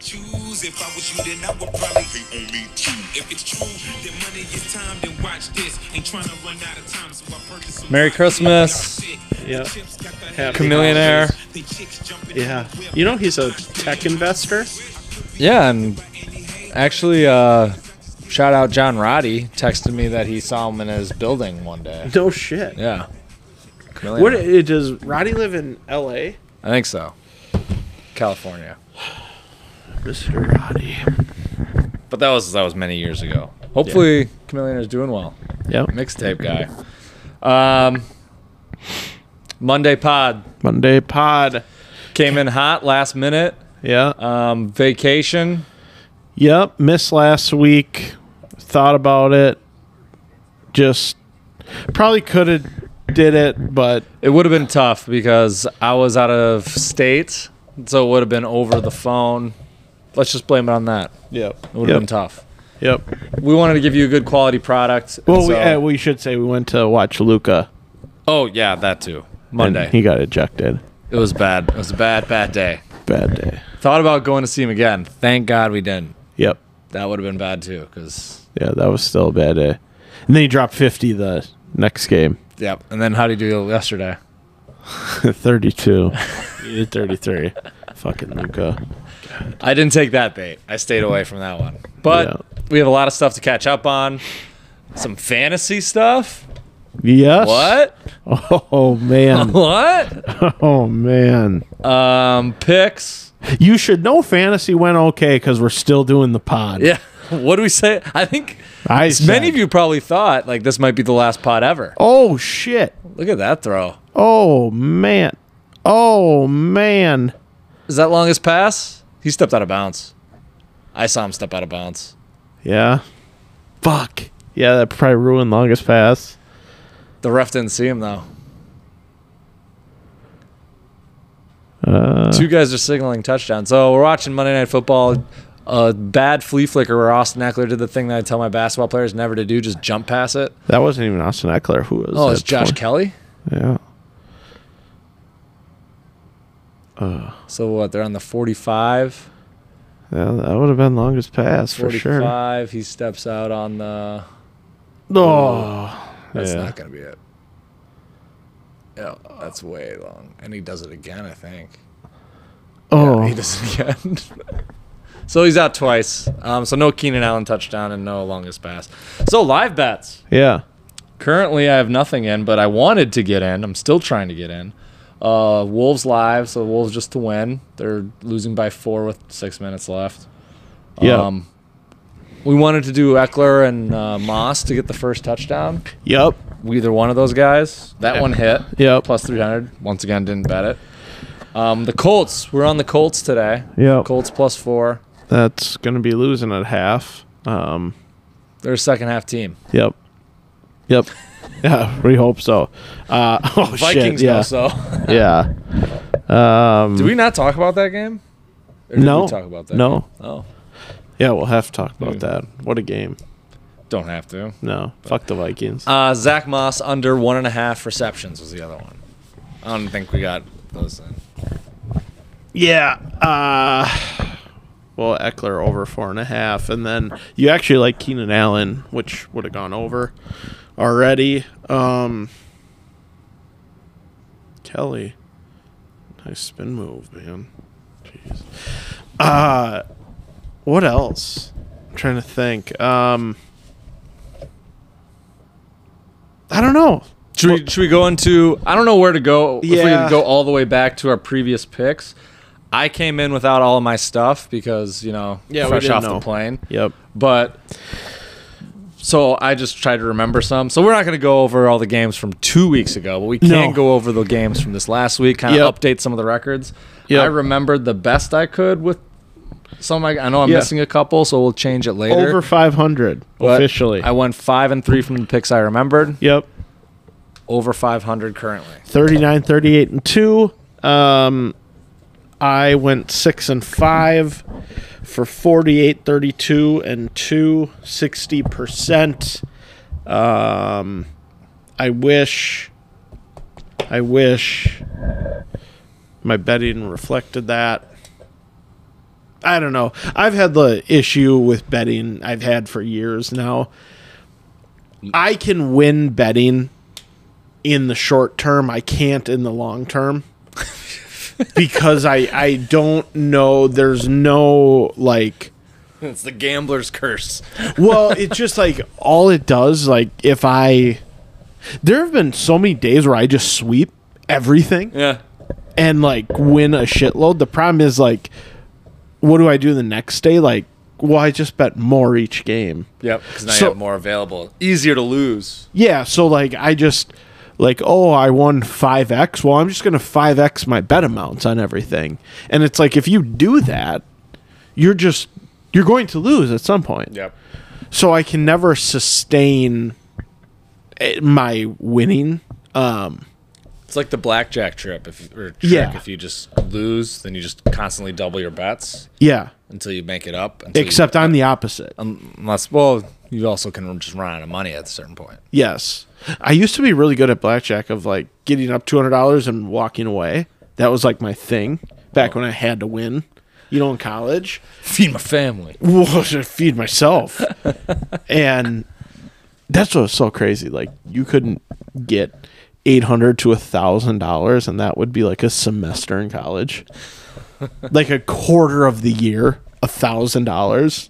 choose. If I was you, then I would probably hate on me too. If it's true, then money is time, then watch this. Ain't trying to run out of time, so I purchased some Merry hot Christmas. shit. Yeah. Chips got the Happy Chameleonaire. holidays. The chicks jumping Yeah. on the whip. You know he's a tech investor? Yeah, and actually, uh, shout out John Roddy texted me that he saw him in his building one day. No shit. Yeah. Chameleon. What it, does Roddy live in LA? I think so. California. Mr. Roddy. But that was that was many years ago. Hopefully, Chameleon is doing well. Yep. Mixtape guy. Um, Monday pod Monday pod. came in hot last minute. Yeah. Um, vacation. Yep, missed last week. Thought about it. Just probably could have did it, but It would have been tough because I was out of state, so it would have been over the phone. Let's just blame it on that. yep. It would have yep. been tough. Yep. We wanted to give you a good quality product. and Well, we, so- uh, we should say we went to watch Luca. oh yeah, that too. Monday. He got ejected. it was bad. It was a bad, bad day. Bad day. Thought about going to see him again. Thank God we didn't. Yep. That would have been bad too, because Yeah, that was still a bad day. And then he dropped 50 the next game. yep. And then how did you do yesterday? 32. he did 33. Fucking Luca. I didn't take that bait. I stayed away from that one. But Yeah. we have a lot of stuff to catch up on. Some fantasy stuff. Yes. What? Oh, man. What? oh, man. Um, picks. You should know fantasy went okay because we're still doing the pod. Yeah. What do we say? I think I said- many of you probably thought like this might be the last pot ever. Oh shit. Look at that throw. Oh man. Oh man. Is that longest pass? He stepped out of bounds. I saw him step out of bounds. Yeah. Fuck. Yeah, that probably ruined longest pass. The ref didn't see him though. Two guys are signaling touchdown. So we're watching Monday Night Football. A bad flea flicker where Austin Eckler did the thing that I tell my basketball players never to do, just jump pass it. That wasn't even Austin Eckler. Who was? Oh, that it's Josh for? Kelly. Yeah. So what? They're on the 45, Yeah, that would have been longest pass for 45. sure. He steps out on the. Oh. That's Yeah. not gonna be it. Yeah, that's way long, and he does it again. I think. Oh. He does it again. so he's out twice. Um, so no Keenan Allen touchdown and no longest pass. So live bets. Yeah. Currently, I have nothing in, but I wanted to get in. I'm still trying to get in. Uh, Wolves live, so Wolves just to win. They're losing by four with six minutes left. Yeah. Um, we wanted to do Eckler and uh, Moss to get the first touchdown. yep. Either one of those guys. That one hit. Yep. Plus 300. Once again, didn't bet it. Um, the Colts. We're on the Colts today. Yep. Colts plus four. That's gonna be losing at half. Um. They're a second half team. Yep. Yep. Yeah, we hope so. Uh, oh Vikings shit! Yeah, know so. yeah. Um, Did we not talk about that game? Or did No, We talk about that no. game? Oh, Yeah, we'll have to talk about Yeah. that. What a game! don't have to. No, fuck the Vikings. Uh, Zach Moss under one and a half receptions was the other one. I don't think we got those in. Yeah. Uh, well, Eckler over four and a half, and then you actually like Keenan Allen, which would have gone over already. Um, Kelly, nice spin move, man. Jeez. Uh, what else? I'm trying to think. Um, I don't know. Should we, should we go into? I don't know where to go. If we Yeah. could go all the way back to our previous picks. I came in without all of my stuff because you know Yeah, we fresh didn't off know. the plane. Yep. But so I just tried to remember some. So we're not going to go over all the games from two weeks ago, but we can No. go over the games from this last week. Kind of Yep. update some of the records. Yep. I remembered the best I could with some. I, I know I'm Yeah. missing a couple, so we'll change it later. Over 500 But officially. I went five and three from the picks I remembered. yep. Over 500 currently. 39 38 and 2 um i went 6 and 5 for 48 32 and 2 60% um i wish i wish my betting reflected that I don't know. I've had the issue with betting I've had for years now. I can win betting in the short term. I can't in the long term because I I don't know. There's no like It's the gambler's curse. well, it's just like all it does, like if I there have been so many days where I just sweep everything Yeah. and like win a shitload. The problem is like what do I do the next day? Like, well, I just bet more each game. Yep. Because now So- you have more available. Easier to lose. Yeah, so like I just like oh I won five x. Well, I'm just gonna five x my bet amounts on everything, and it's like if you do that, you're just you're going to lose at some point. Yep. So I can never sustain eh, my winning. Um, It's like the blackjack trip. If or trick. Yeah. If you just lose, then you just constantly double your bets yeah, until you make it up. until you- except I'm the opposite. unless, well, you also can just run out of money at a certain point. Yes, I used to be really good at blackjack of like getting up two hundred dollars and walking away. That was like my thing back when I had to win. You know, in college. Feed my family. well, to feed myself. and that's what's so crazy. Like you couldn't get eight hundred to a thousand dollars, and that would be like a semester in college, like a quarter of the year, a thousand dollars.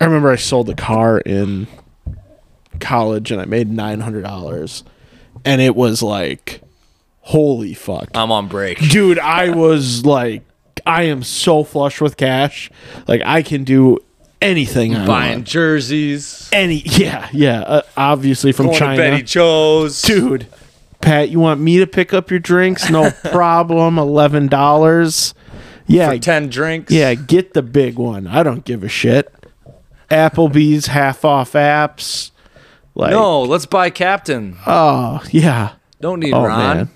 I remember I sold the car in college, and I made nine hundred dollars, and it was like, holy fuck I'm on break. dude i was like i am so flush with cash like i can do anything I Buying want. jerseys. any yeah yeah uh, obviously from Going to china Betty Joe's. dude pat you want me to pick up your drinks no problem eleven dollars yeah For 10 drinks. yeah get the big one i don't give a shit applebee's half off apps like No, let's buy Captain. oh yeah Don't need Oh Ron. man,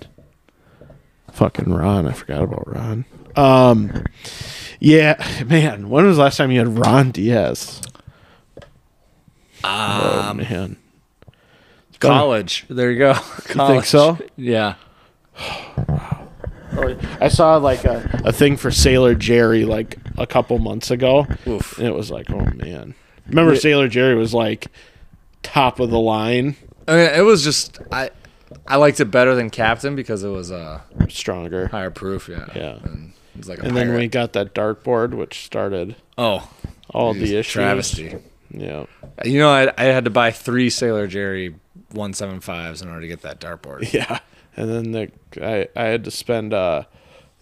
fucking Ron! I forgot about Ron. Um, yeah, man. When was the last time you had Ron Diaz? oh man, College. There you go. College. so? Yeah. Oh, I saw like a, a thing for Sailor Jerry like a couple months ago, Oof. and it was like, oh man. Remember Sailor Jerry was like top of the line, I mean, it was just I I liked it better than Captain because it was uh stronger. higher proof, yeah. Yeah. And it was like a And then pirate. we got that dartboard, which started Oh, all the issues. travesty. Yeah. You know, I I had to buy 3 Sailor Jerry 175s in order to get that dartboard. Yeah. And then the I, I had to spend uh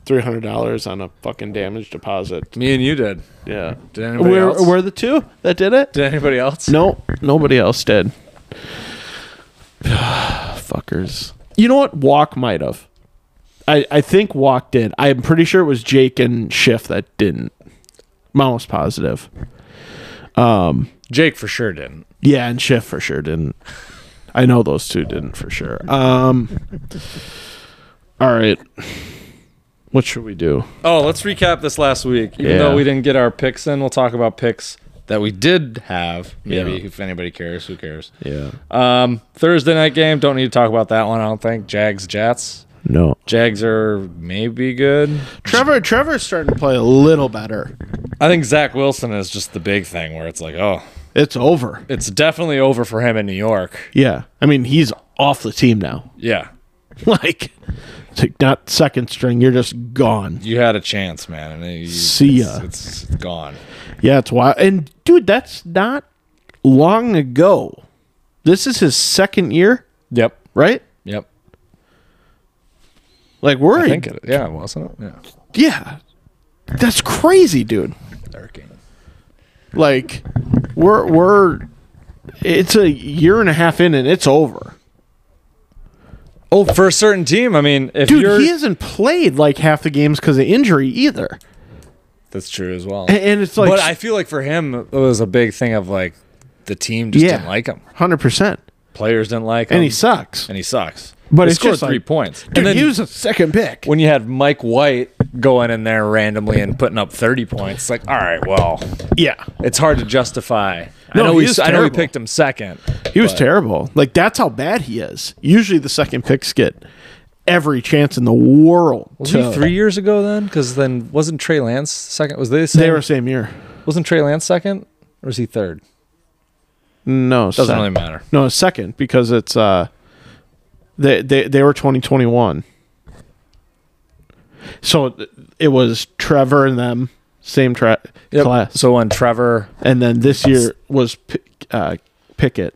three hundred dollars on a fucking damage deposit. Me and you did. Yeah. Did anybody Were, else? were the two that did it? did anybody else? No, nobody else did. Fuckers. You know what? Walk might have. I, I think Walk did. I'm pretty sure it was Jake and Schiff that didn't. I'm almost positive. Jake for sure didn't. Yeah, and Schiff for sure didn't. I know those two didn't for sure. Um All right. What should we do? Oh, let's recap this last week. Even Yeah. though we didn't get our picks in, we'll talk about picks that we did have. Maybe Yeah. if anybody cares, who cares? Yeah. Um, Thursday night game. Don't need to talk about that one. I don't think Jags Jets. No. Jags are maybe good. Trevor Trevor's starting to play a little better. I think Zach Wilson is just the big thing where it's like, oh, It's over. it's definitely over for him in New York. Yeah. I mean, he's off the team now. Yeah, like it's like not second string, you're just gone. you had a chance, man, and then you, See it's- ya. It's, it's gone. Yeah, it's wild. And dude, that's not long ago. This is his second year, Yep. right? Yep. Like we're I think it. Yeah, wasn't it? Yeah. Yeah. That's crazy, dude. Derek King. Like we're we're it's a year and a half in and it's over. Oh, for a certain team. I mean, if Dude, you're he hasn't played like half the games because of injury either. that's true as well. And- and it's like- but I feel like for him, it was a big thing of like the team just didn't like him. Hundred percent. Players didn't like him, And he sucks. Um, and he sucks. But They it's scored just three like- points. Dude, and then he was a second pick. when you had Mike White going in there randomly and putting up 30 points, like, all right, well, Yeah. it's hard to justify. No, I know he we is I know we terrible. picked him second. He was terrible. Like that's how bad he is. Usually the second picks get every chance in the world. Was to- he three years ago then? Because then wasn't Trey Lance second? Was they the same? They were same year. wasn't Trey Lance second, or was he third? No, Doesn't sec- really matter. No, second because it's uh, they they they were twenty twenty one. So it- it was Trevor and them same tra- Yep. class, So when Trevor, and then this year was Pick- uh, Pickett.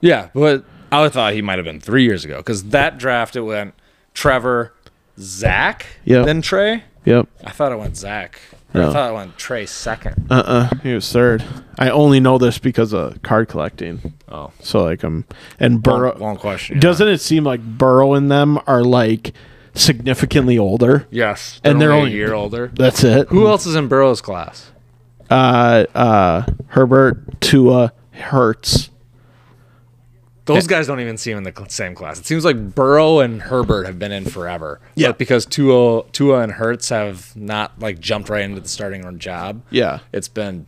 yeah, but I thought he might have been three years ago because that draft it went Trevor, Zach, Yep. then Trey. Yep. I thought it went Zach. No. I thought it went Trey second. Uh uh He was third. I only know this because of card collecting. Oh, So like um and long, Burrow. long question. yeah. Doesn't it seem like Burrow and them are like significantly older? yes, and they're a only- year older. That's it. Who else is in Burrow's class? Uh, uh, Herbert, Tua, Hertz. Those guys don't even seem in the cl- same class. It seems like Burrow and Herbert have been in forever. Yeah. But because Tua, Tua and Hertz have not like jumped right into the starting room job. Yeah. It's been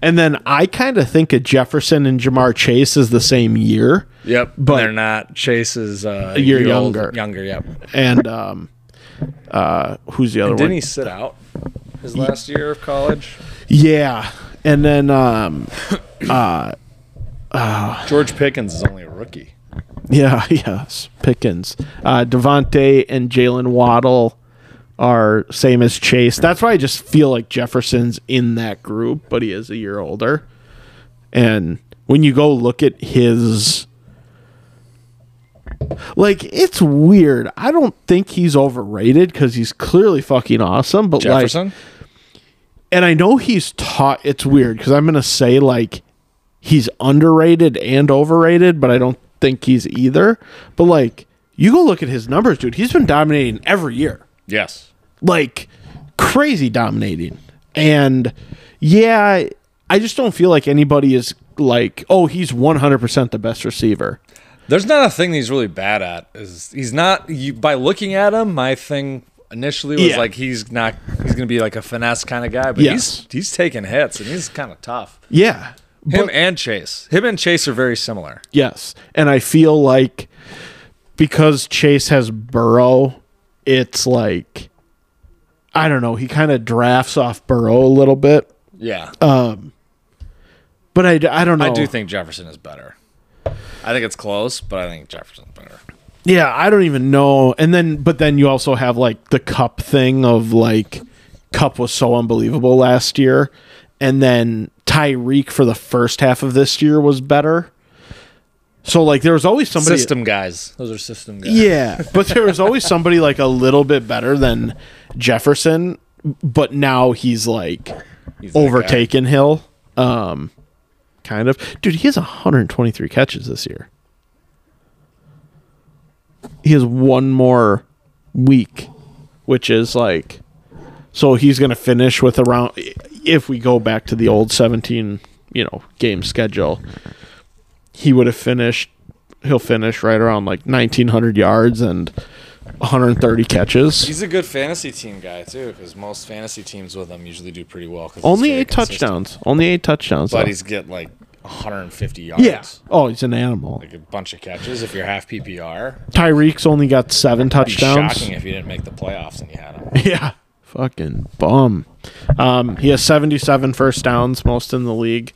And then I kind of think of Jefferson and Jamar Chase as the same year. yep, But- but they're not. Chase is uh, a year old- younger. younger, yep. And um, uh, who's the other one? Didn't he sit out his last year of college? Yeah. And then um, George Pickens is only a rookie. yeah, yes, Pickens, uh, Devonte, and Jalen Waddle are same as Chase. That's why I just feel like Jefferson's in that group, but he is a year older. And when you go look at his like it's weird. I don't think he's overrated cuz he's clearly fucking awesome, but like Jefferson? and I know he's taught. It's weird because I'm gonna say like he's underrated and overrated, but I don't think he's either. But like you go look at his numbers, dude. He's been dominating every year, yes. like crazy dominating. And yeah, I just don't feel like anybody is like, oh, he's 100% the best receiver. There's not a thing he's really bad at. Is he's not you by looking at him. My thing initially was Yeah. like he's not he's gonna be like a finesse kind of guy, but Yes. he's he's taking hits and he's kind of tough. Yeah, Him and Chase, him and Chase are very similar. Yes. And I feel like because Chase has Burrow, it's like I don't know, he kind of drafts off Burrow a little bit. Yeah, But I, I don't know. I do think Jefferson is better. I think it's close, but I think Jefferson's better. Yeah, I don't even know. And then but then you also have like the cup thing of like cup was so unbelievable last year. And then Tyreek for the first half of this year was better. So like there was always somebody system guys, those are system guys. Yeah, but there was always somebody like a little bit better than Jefferson, but now he's like He's that guy. overtaken Hill. Um, kind of, dude. He has 123 catches this year. He has one more week, which is like, so he's gonna finish with around. If we go back to the old 17, you know, game schedule, he would have finished he'll finish right around like 1900 yards and 130 catches He's a good fantasy team guy too, because most fantasy teams with him usually do pretty well. 'cause he's only very eight consistent. touchdowns only eight touchdowns but though. he's get like 150 yards. yeah oh he's an animal like a bunch of catches if you're half PPR. tyreek's only got seven Be touchdowns shocking if you didn't make the playoffs and you had him. yeah fucking bum um he has 77 first downs most in the league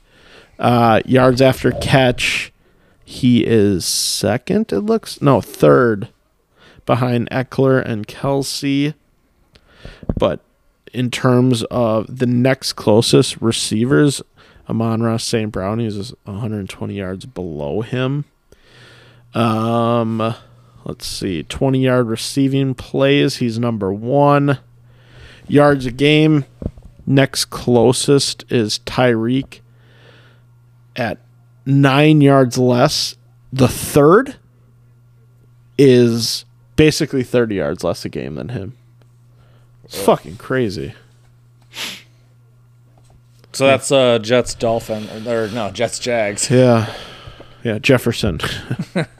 uh yards after catch he is second it looks no third behind Eckler and Kelsey. But in terms of the next closest receivers, Amon Ross St. Brown is 120 yards below him. Um, let's see, 20 yard receiving plays, he's number one. Yards a game, next closest is Tyreek at nine yards less. The third is basically 30 yards less a game than him. It's fucking crazy. So that's uh, Jets Dolphin or no Jets Jags. Yeah. Yeah, Jefferson.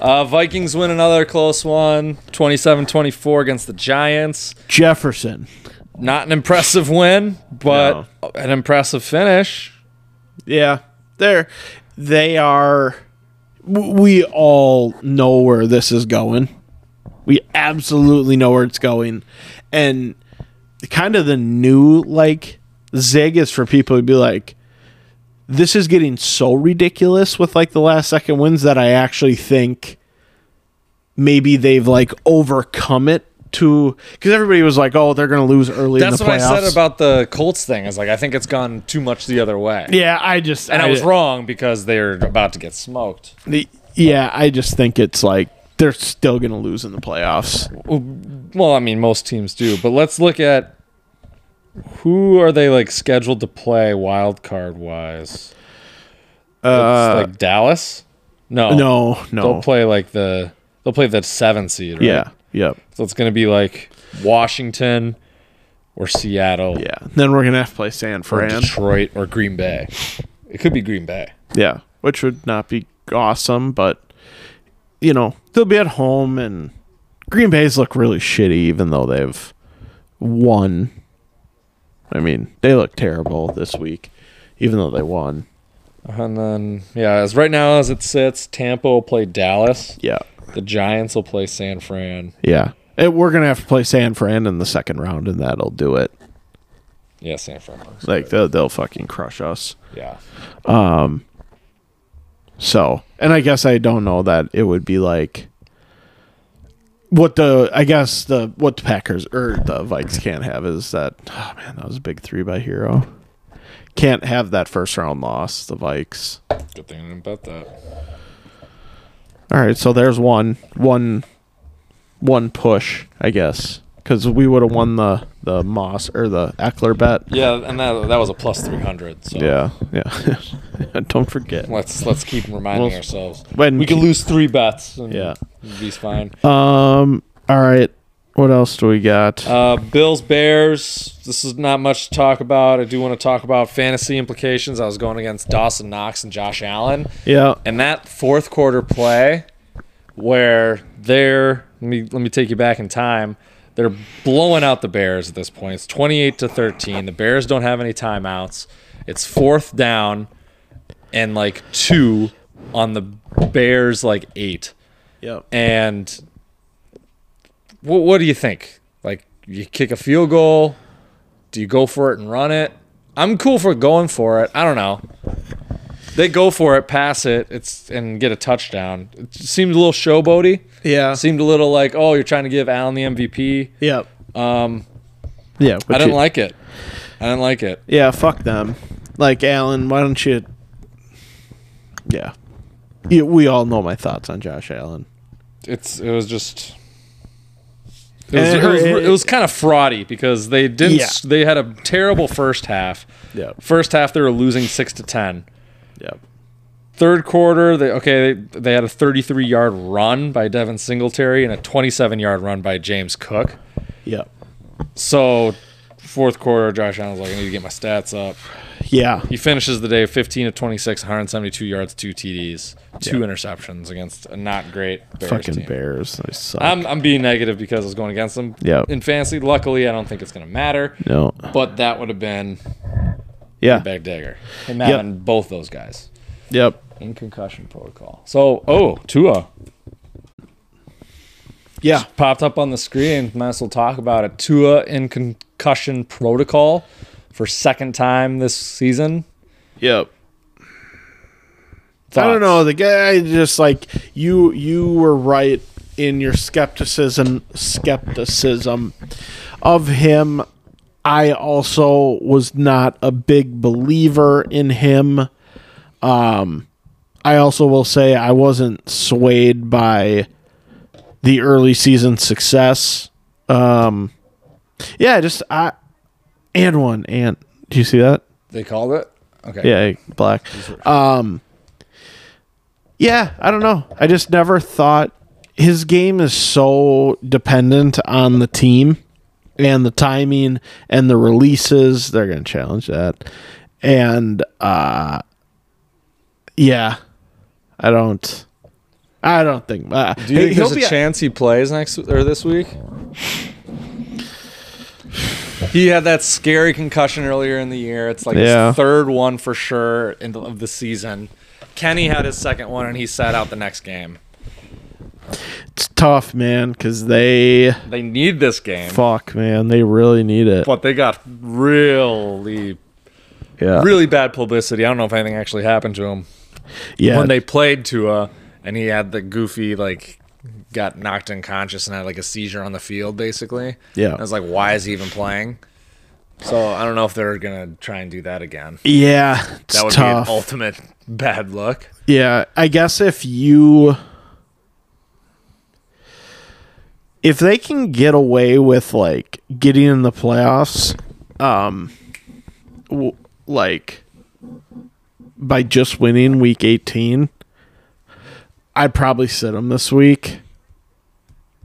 Uh, Vikings win another close one, 27-24 against the Giants. Jefferson. Not an impressive win, but an impressive finish. Yeah. They're they are w- we all know where this is going. We absolutely know where it's going. And kind of the new like zig is for people to be like, this is getting so ridiculous with like the last second wins that I actually think maybe they've like overcome it to because everybody was like, oh, they're gonna lose early. That's in what the playoffs. I said about the Colts thing. Is like I think it's gone too much the other way. Yeah, I just And I was wrong because they're about to get smoked. The- yeah, I just think it's like they're still going to lose in the playoffs. Well, I mean, most teams do, but let's look at who are they like scheduled to play wild card wise. Uh, like Dallas. No, no, no. They'll play like the they'll play the seven seed. Right? Yeah, yep, so it's gonna be like Washington or Seattle, yeah. Then we're going to have to play San or Fran. Detroit or Green Bay. It could be Green Bay. Yeah, which would not be awesome, but you know they'll be at home. And Green Bay's look really shitty, even though they've won. I mean, they look terrible this week, even though they won. And then yeah, as right now as it sits, Tampa will play Dallas. Yeah, The Giants will play San Fran. yeah. And we're gonna have to play San Fran in the second round, and that'll do it. Yeah, San Fran. looks- Like they'll, they'll fucking crush us. Yeah. So, and I guess I don't know that it would be like what the I guess the what the Packers or the Vikes can't have is that oh man that was a big three by Hero can't have that first round loss the Vikes. Good thing I didn't bet that. All right, so there's one one one push I guess because we would have won the the Moss or the Eckler bet. Yeah, and that that was a plus three hundred. So Yeah, yeah. don't forget. Let's let's keep reminding Well, ourselves when- we can lose three bets. And Yeah. be fine. Um. All right. What else do we got? Uh, Bills Bears. This is not much to talk about. I do want to talk about fantasy implications. I was going against Dawson Knox and Josh Allen, yeah. and that fourth quarter play where they're let me let me take you back in time. They're blowing out the Bears at this point. It's twenty-eight to thirteen. The Bears don't have any timeouts. It's fourth down and like two on the Bears like eight. Yep. And what, what do you think? Like, you kick a field goal? Do you go for it and run it? I'm cool for going for it. I don't know. They go for it, pass it, it's and get a touchdown. It seemed a little showboaty. Yeah. Seemed a little like, oh, you're trying to give Allen the MVP. Yep. Um. Yeah. I which didn't you- like it. I didn't like it. Yeah. Fuck them. Like Alan, why don't you? Yeah. Yeah, we all know my thoughts on Josh Allen. It's it was just it was, And- it was, it was kind of fraudy because they didn't Yeah. they had a terrible first half. Yeah. First half they were losing 6 to 10. Yep. Third quarter, they okay, they, they had a 33-yard run by Devin Singletary and a 27-yard run by James Cook. Yep. So fourth quarter, Josh Allen's like I need to get my stats up. Yeah. He finishes the day 15 to 26, 172 yards, two TDs, two interceptions against a not great Bears Fucking team. Bears. They suck. I'm, I'm being negative because I was going against them Yeah. in fantasy. Luckily, I don't think it's going to matter. no. But that would have been Yeah. bag dagger. Him having both those guys Yep. in concussion protocol. So, oh, Tua Yeah. popped up on the screen. Might as well talk about it. Tua in concussion protocol for second time this season. Yep. I don't Thoughts? know. The guy just like you. You were right in your skepticism. Skepticism of him. I also was not a big believer in him. Um, I also will say I wasn't swayed by the early season success. Um, yeah, just I and one and. Do you see that? They called it? Okay. yeah black um yeah i don't know i just never thought his game is so dependent on the team and the timing and the releases they're gonna challenge that and uh yeah i don't i don't think uh, Do you he- think he'll there's be- a chance he plays next or this week? He had that scary concussion earlier in the year. It's like Yeah. his third one for sure in the, of the season. Kenny had his second one and he sat out the next game. It's tough, man, because they They need this game, fuck, man, they really need it. but they got really, Yeah, really bad publicity. I don't know if anything actually happened to him yeah. when they played Tua, and he had the goofy like got knocked unconscious and had like a seizure on the field, basically. Yeah. I was like, why is he even playing? So I don't know if they're gonna try and do that again. yeah, it's That would tough. be an ultimate bad look. Yeah, I guess if you if they can get away with like getting in the playoffs um w- like by just winning week 18, I'd probably sit them this week.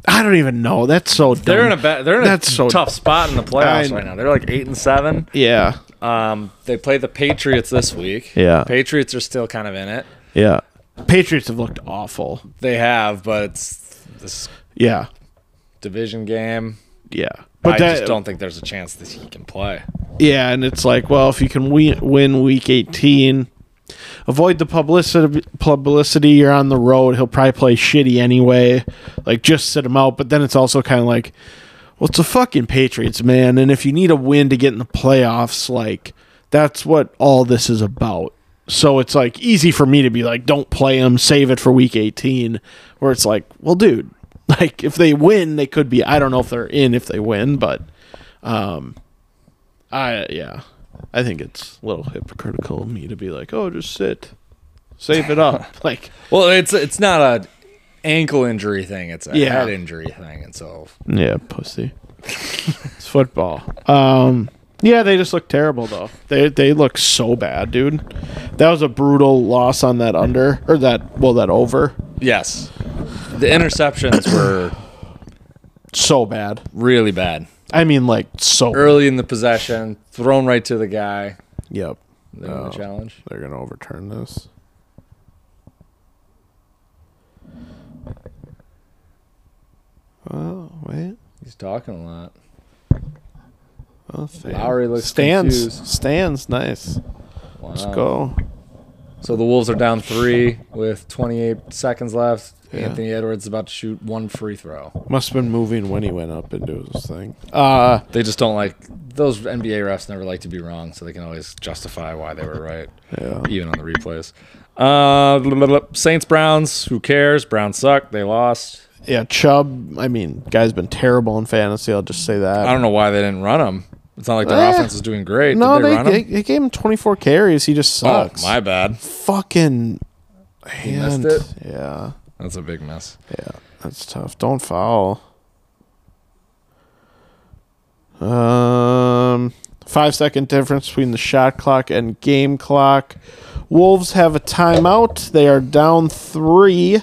I don't even know. That's so dumb. They're in a ba- they're in That's a so- tough spot in the playoffs I- right now. They're like eight and seven. yeah. Um, they play the Patriots this week. Yeah. Patriots are still kind of in it. Yeah. Patriots have looked awful. They have, but it's this Yeah. division game. Yeah. But I that, just don't think there's a chance that he can play. Yeah, and it's like, well, if you can we- win week 18, avoid the publicity publicity you're on the road, he'll probably play shitty anyway. Like just sit him out, but then it's also kind of like well, it's the fucking Patriots, man, and if you need a win to get in the playoffs, like that's what all this is about. So it's like easy for me to be like, don't play him, save it for week 18, where it's like, well, dude, like if they win, they could be I don't know if they're in if they win, but I yeah, I think it's a little hypocritical of me to be like, oh, just sit, save it up. like, Well, it's it's not a ankle injury thing. It's a Yeah. head injury thing. And so yeah, pussy. it's football. Um, yeah, they just look terrible though. They they look so bad, dude. That was a brutal loss on that under or that well that over. yes, the interceptions were So bad. really bad. I mean, like so. Early in the possession, thrown right to the guy. Yep. Oh, They won The challenge. They're gonna overturn this. Oh wait. He's talking a lot. Oh, fair. Lowry looks stands. confused. Stands, nice. Let's Wow. go. So the Wolves are down three with 28 seconds left. Yeah. Anthony Edwards is about to shoot one free throw. Must have been moving when he went up and doing his thing. Uh They just don't like those NBA refs never like to be wrong, so they can always justify why they were right, yeah. even on the replays. Uh, blah, blah, blah. Saints Browns. Who cares? Browns suck. They lost. Yeah, Chubb, I mean, guy's been terrible in fantasy, I'll just say that. I don't know why they didn't run him. It's not like their Eh. offense is doing great. no, Did they, they, run they, him? they gave him 24 carries. He just Oh, sucks. my bad. fucking hand. missed Yeah. That's a big mess. Yeah, that's tough. Don't foul. Um, five second difference between the shot clock and game clock. Wolves have a timeout. They are down three.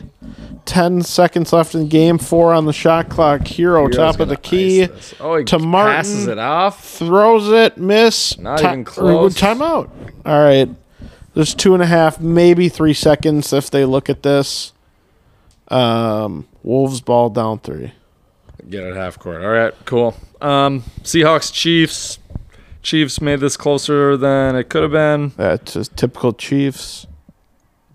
Ten seconds left in the game. Four on the shot clock. Hero, top of the key. Oh, he to Martin. passes it off. Throws it. Miss. Not Ti- even close. Timeout. All right. There's two and a half, maybe three seconds if they look at this. Um, Wolves ball down three. Get it half court. All right, cool. Um, Seahawks, Chiefs. Chiefs made this closer than it could have been. That's Uh, just typical Chiefs.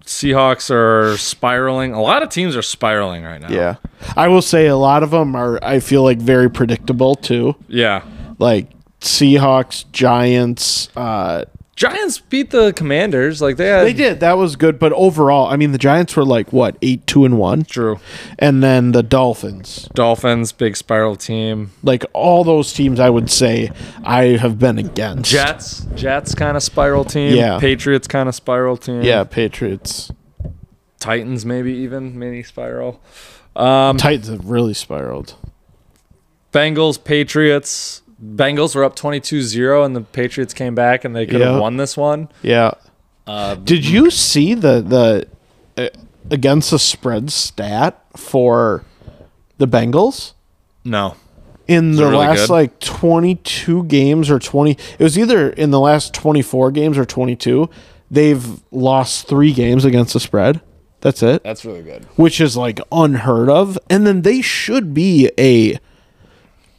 Seahawks are spiraling. A lot of teams are spiraling right now. Yeah. I will say a lot of them are, I feel like, very predictable too. Yeah. Like Seahawks, Giants. Uh, Giants beat the Commanders. Like they had. they did. That was good. But overall, I mean, the Giants were like, what, 8 2 and 1? True. And then the Dolphins. Dolphins, big spiral team. Like all those teams, I would say I have been against. Jets, Jets kind of spiral team. Yeah. Patriots kind of spiral team. Yeah, Patriots. Titans maybe even mini spiral. Titans have really spiraled. Bengals, Patriots. Bengals were up 22-0 and the Patriots came back and they could Yeah. have won this one. Yeah. Um, Did you see the the uh, against the spread stat for the Bengals No. in the really last good? like 22 games or 20 it was either in the last 24 games or 22 they've lost 3 games against the spread. That's it. That's really good. which is like unheard of and then they should be a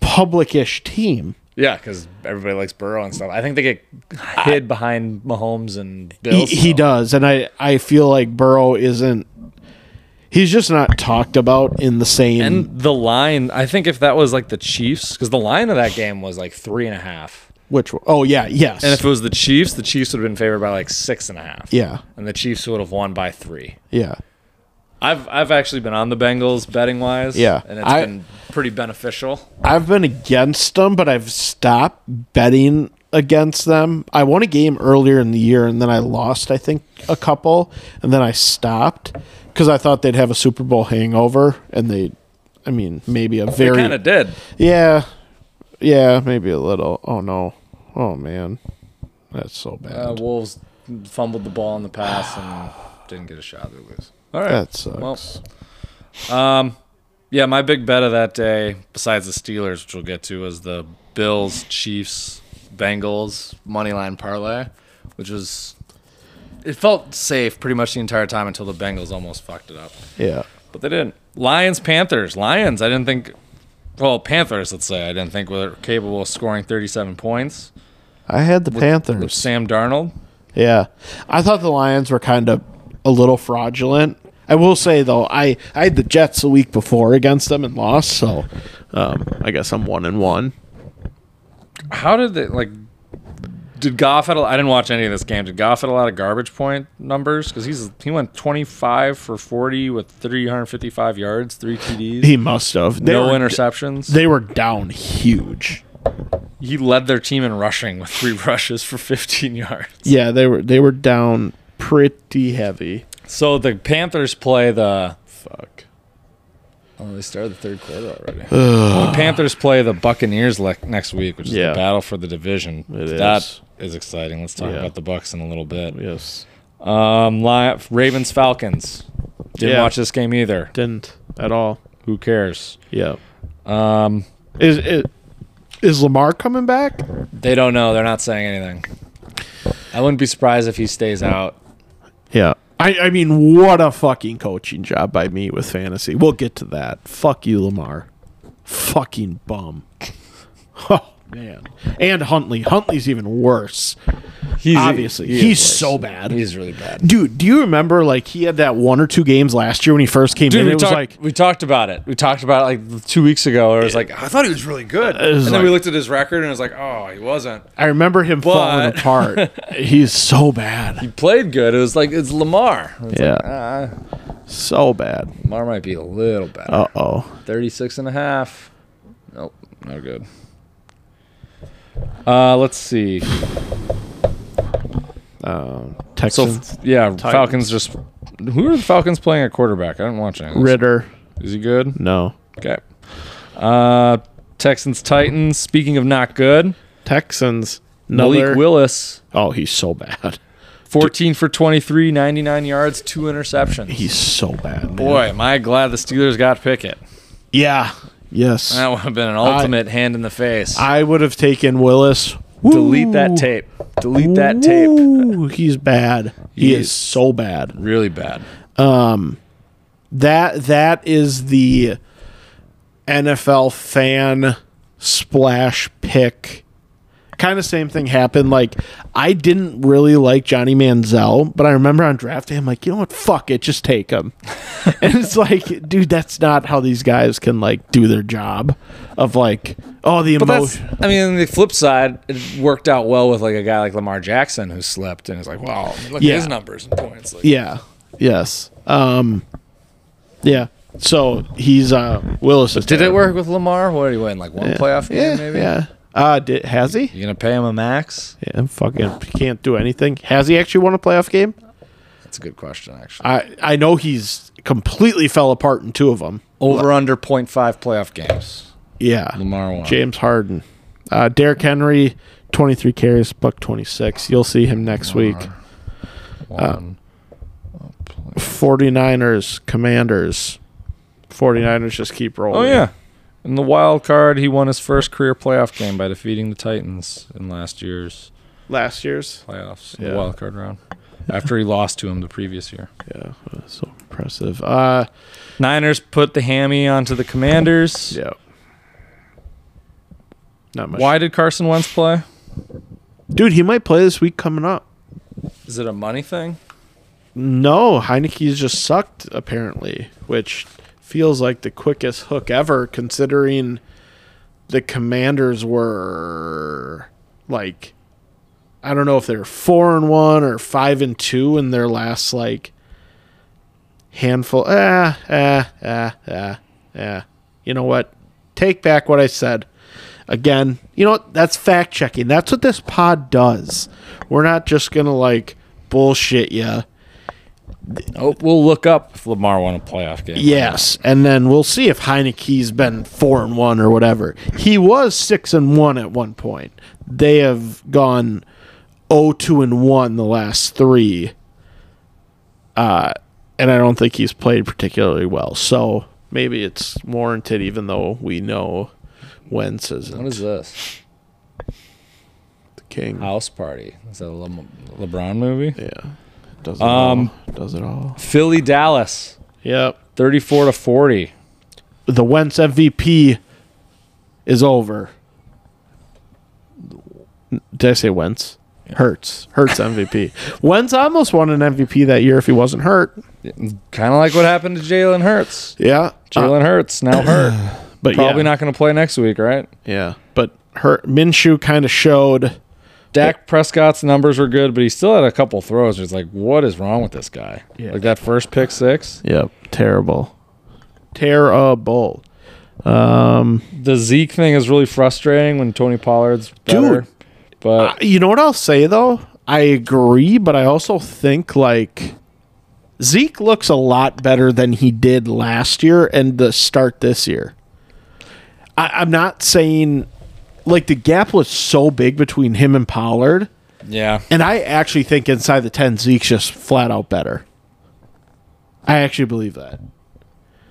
publicish team. Yeah, because everybody likes Burrow and stuff. I think they get hid behind Mahomes and he, Bills. he does and I, I feel like burrow isn't He's just not talked about in the same. And the line, I think if that was like the Chiefs, because the line of that game was like three and a half. which? one- Oh yeah, yes. And if it was the Chiefs, the Chiefs would have been favored by like six and a half. yeah, And the Chiefs would have won by three. yeah. I've I've actually been on the Bengals betting wise. Yeah. And it's I- been pretty beneficial. I've been against them, but I've stopped betting against them. I won a game earlier in the year, and then I lost, I think, a couple, and then I stopped because I thought they'd have a Super Bowl hangover, and they, I mean, maybe a They very kind of did. yeah, yeah, maybe a little. Oh no, oh man, that's so bad. Uh, Wolves fumbled the ball in the pass and didn't get a shot. They lose. All right. that sucks. Well, yeah, my big bet of that day, besides the Steelers, which we'll get to, was the Bills, Chiefs, Bengals money line parlay, which was it felt safe pretty much the entire time until the Bengals almost fucked it up, yeah, but they didn't. Lions, Panthers, Lions. I didn't think, well, Panthers. Let's say I didn't think were capable of scoring 37 points. I had the Panthers. With Sam Darnold, Yeah. I thought the Lions were kind of a little fraudulent. I will say though, I, I had the Jets the week before against them and lost, so um, I guess I'm one and one. how did they like? Did Goff had? A, I didn't watch any of this game. Did Goff had a lot of garbage point numbers? Because he's he went twenty five for forty with three hundred fifty five yards, three TDs, He must have. They no were, interceptions. They were down huge. he led their team in rushing with three rushes for fifteen yards. Yeah, they were they were down pretty heavy. So the Panthers play the. Fuck. Oh, they started the third quarter already. the Panthers play the Buccaneers le- next week, which is Yeah. the battle for the division. It is. That is exciting. Let's talk Yeah. about the Bucks in a little bit. Yes. Um, Li- Ravens Falcons. Didn't Yeah. watch this game either. Didn't at all. Who cares? Yeah. Um is it is Lamar coming back? They don't know. They're not saying anything. I wouldn't be surprised if he stays out. Yeah. I, I mean, what a fucking coaching job by me with fantasy. We'll get to that. Fuck you, Lamar. Fucking bum. Oh, man. And Huntley. Huntley's even worse. He's Obviously. he is He's worse. so bad. He's really bad. Dude, do you remember, like, he had that one or two games last year when he first came Dude, in? we It was talked, like, we talked about it. We talked about it like two weeks ago. Where it was like, I thought he was really good. It And was then we like- looked at his record and it was like, oh, he wasn't. I remember him falling But- apart. He's so bad. Played good. It was like, it's Lamar. It's Yeah. Like, ah, So bad. Lamar might be a little better. Uh oh. 36 and a half. Nope, no good. Uh, let's see. So Uh, Texans. yeah, Falcons just. Who are the Falcons playing at quarterback? I didn't watch any. of this. Ritter. Is he good? No. Okay. Uh, Texans Titans. Speaking of not good, Texans. Malik Willis, oh, he's so bad. 14 for 23, 99 yards, two interceptions. He's so bad. man. Boy, am I glad the Steelers got Pickett. Yeah. Yes. That would have been an ultimate hand in the face. I would have taken Willis. Delete that tape. Delete that tape. Ooh, he's bad. He He's- is so bad. Really bad. That that is the NFL fan splash pick. Kind of same thing happened. Like I didn't really like Johnny Manziel, but I remember on draft day, I'm like, you know what? Fuck it, just take him. and it's like, dude, that's not how these guys can like do their job. Of like, oh, the But that's, emotion. I mean, on the flip side, it worked out well with like a guy like Lamar Jackson who slept and is like, wow, look Yeah. at his numbers and points. Like, Yeah. Yes. Um Yeah. So he's uh Willis. Is Did it terrible. work with Lamar? What did he win? Like one playoff game, Yeah, maybe? Yeah. Uh did has he? You gonna pay him a max? Yeah, fucking can't do anything. Has he actually won a playoff game? That's a good question, actually. I I know he's completely fell apart in two of them. Over under 0.5 playoff games. Yeah. Lamar won. James Harden. Uh Derrick Henry, twenty three carries, buck twenty six. You'll see him next week. uh, Won. 49ers, Commanders. 49ers just keep rolling. oh yeah. In the wild card, he won his first career playoff game by defeating the Titans in last year's Last year's. playoffs, Yeah. the wild card round. After he lost to him the previous year. Yeah. So impressive. Uh Niners put the hammy onto the Commanders. Yeah. Not much. Why did Carson Wentz play? Dude, he might play this week coming up. Is it a money thing? No, Heineke's just sucked apparently, which feels like the quickest hook ever, considering the Commanders were like I don't know if they're four and one or five and two in their last like handful. Ah, ah, ah, ah, ah. You know what? Take back what I said. Again, you know what? That's fact checking. That's what this pod does. We're not just gonna like bullshit you. Oh, we'll look up if Lamar won a playoff game. Yes, and then we'll see if Heineke's been four and one or whatever. He was six and one at one point. They have gone oh two and one the last three. Uh, and I don't think he's played particularly well. So maybe it's warranted, even though we know Wentz isn't What is this? the king. House Party. Is that a Le- LeBron movie? Yeah, does it Um, all. Does it all? Philly Dallas, Yep. 34 to 40. the Wentz MVP is over. Did I say Wentz? Hurts. Hurts MVP. Wentz almost won an MVP that year if he wasn't hurt. Kind of like what happened to Jalen Hurts. Yeah. Jalen Hurts now hurt. but Probably Uh, yeah. not going to play next week, right? Yeah. But Hurt Minshew kind of showed Dak Prescott's numbers were good, but he still had a couple throws. It's like, what is wrong with this guy? Yeah. Like that first pick six, Yep. Terrible. Terrible. the Zeke thing is really frustrating when Tony Pollard's better. Dude. but You know what I'll say though? I agree, but I also think like Zeke looks a lot better than he did last year and the start this year. I, I'm not saying like the gap was so big between him and Pollard, yeah, and I actually think inside the ten Zeke's just flat out better. I actually believe that.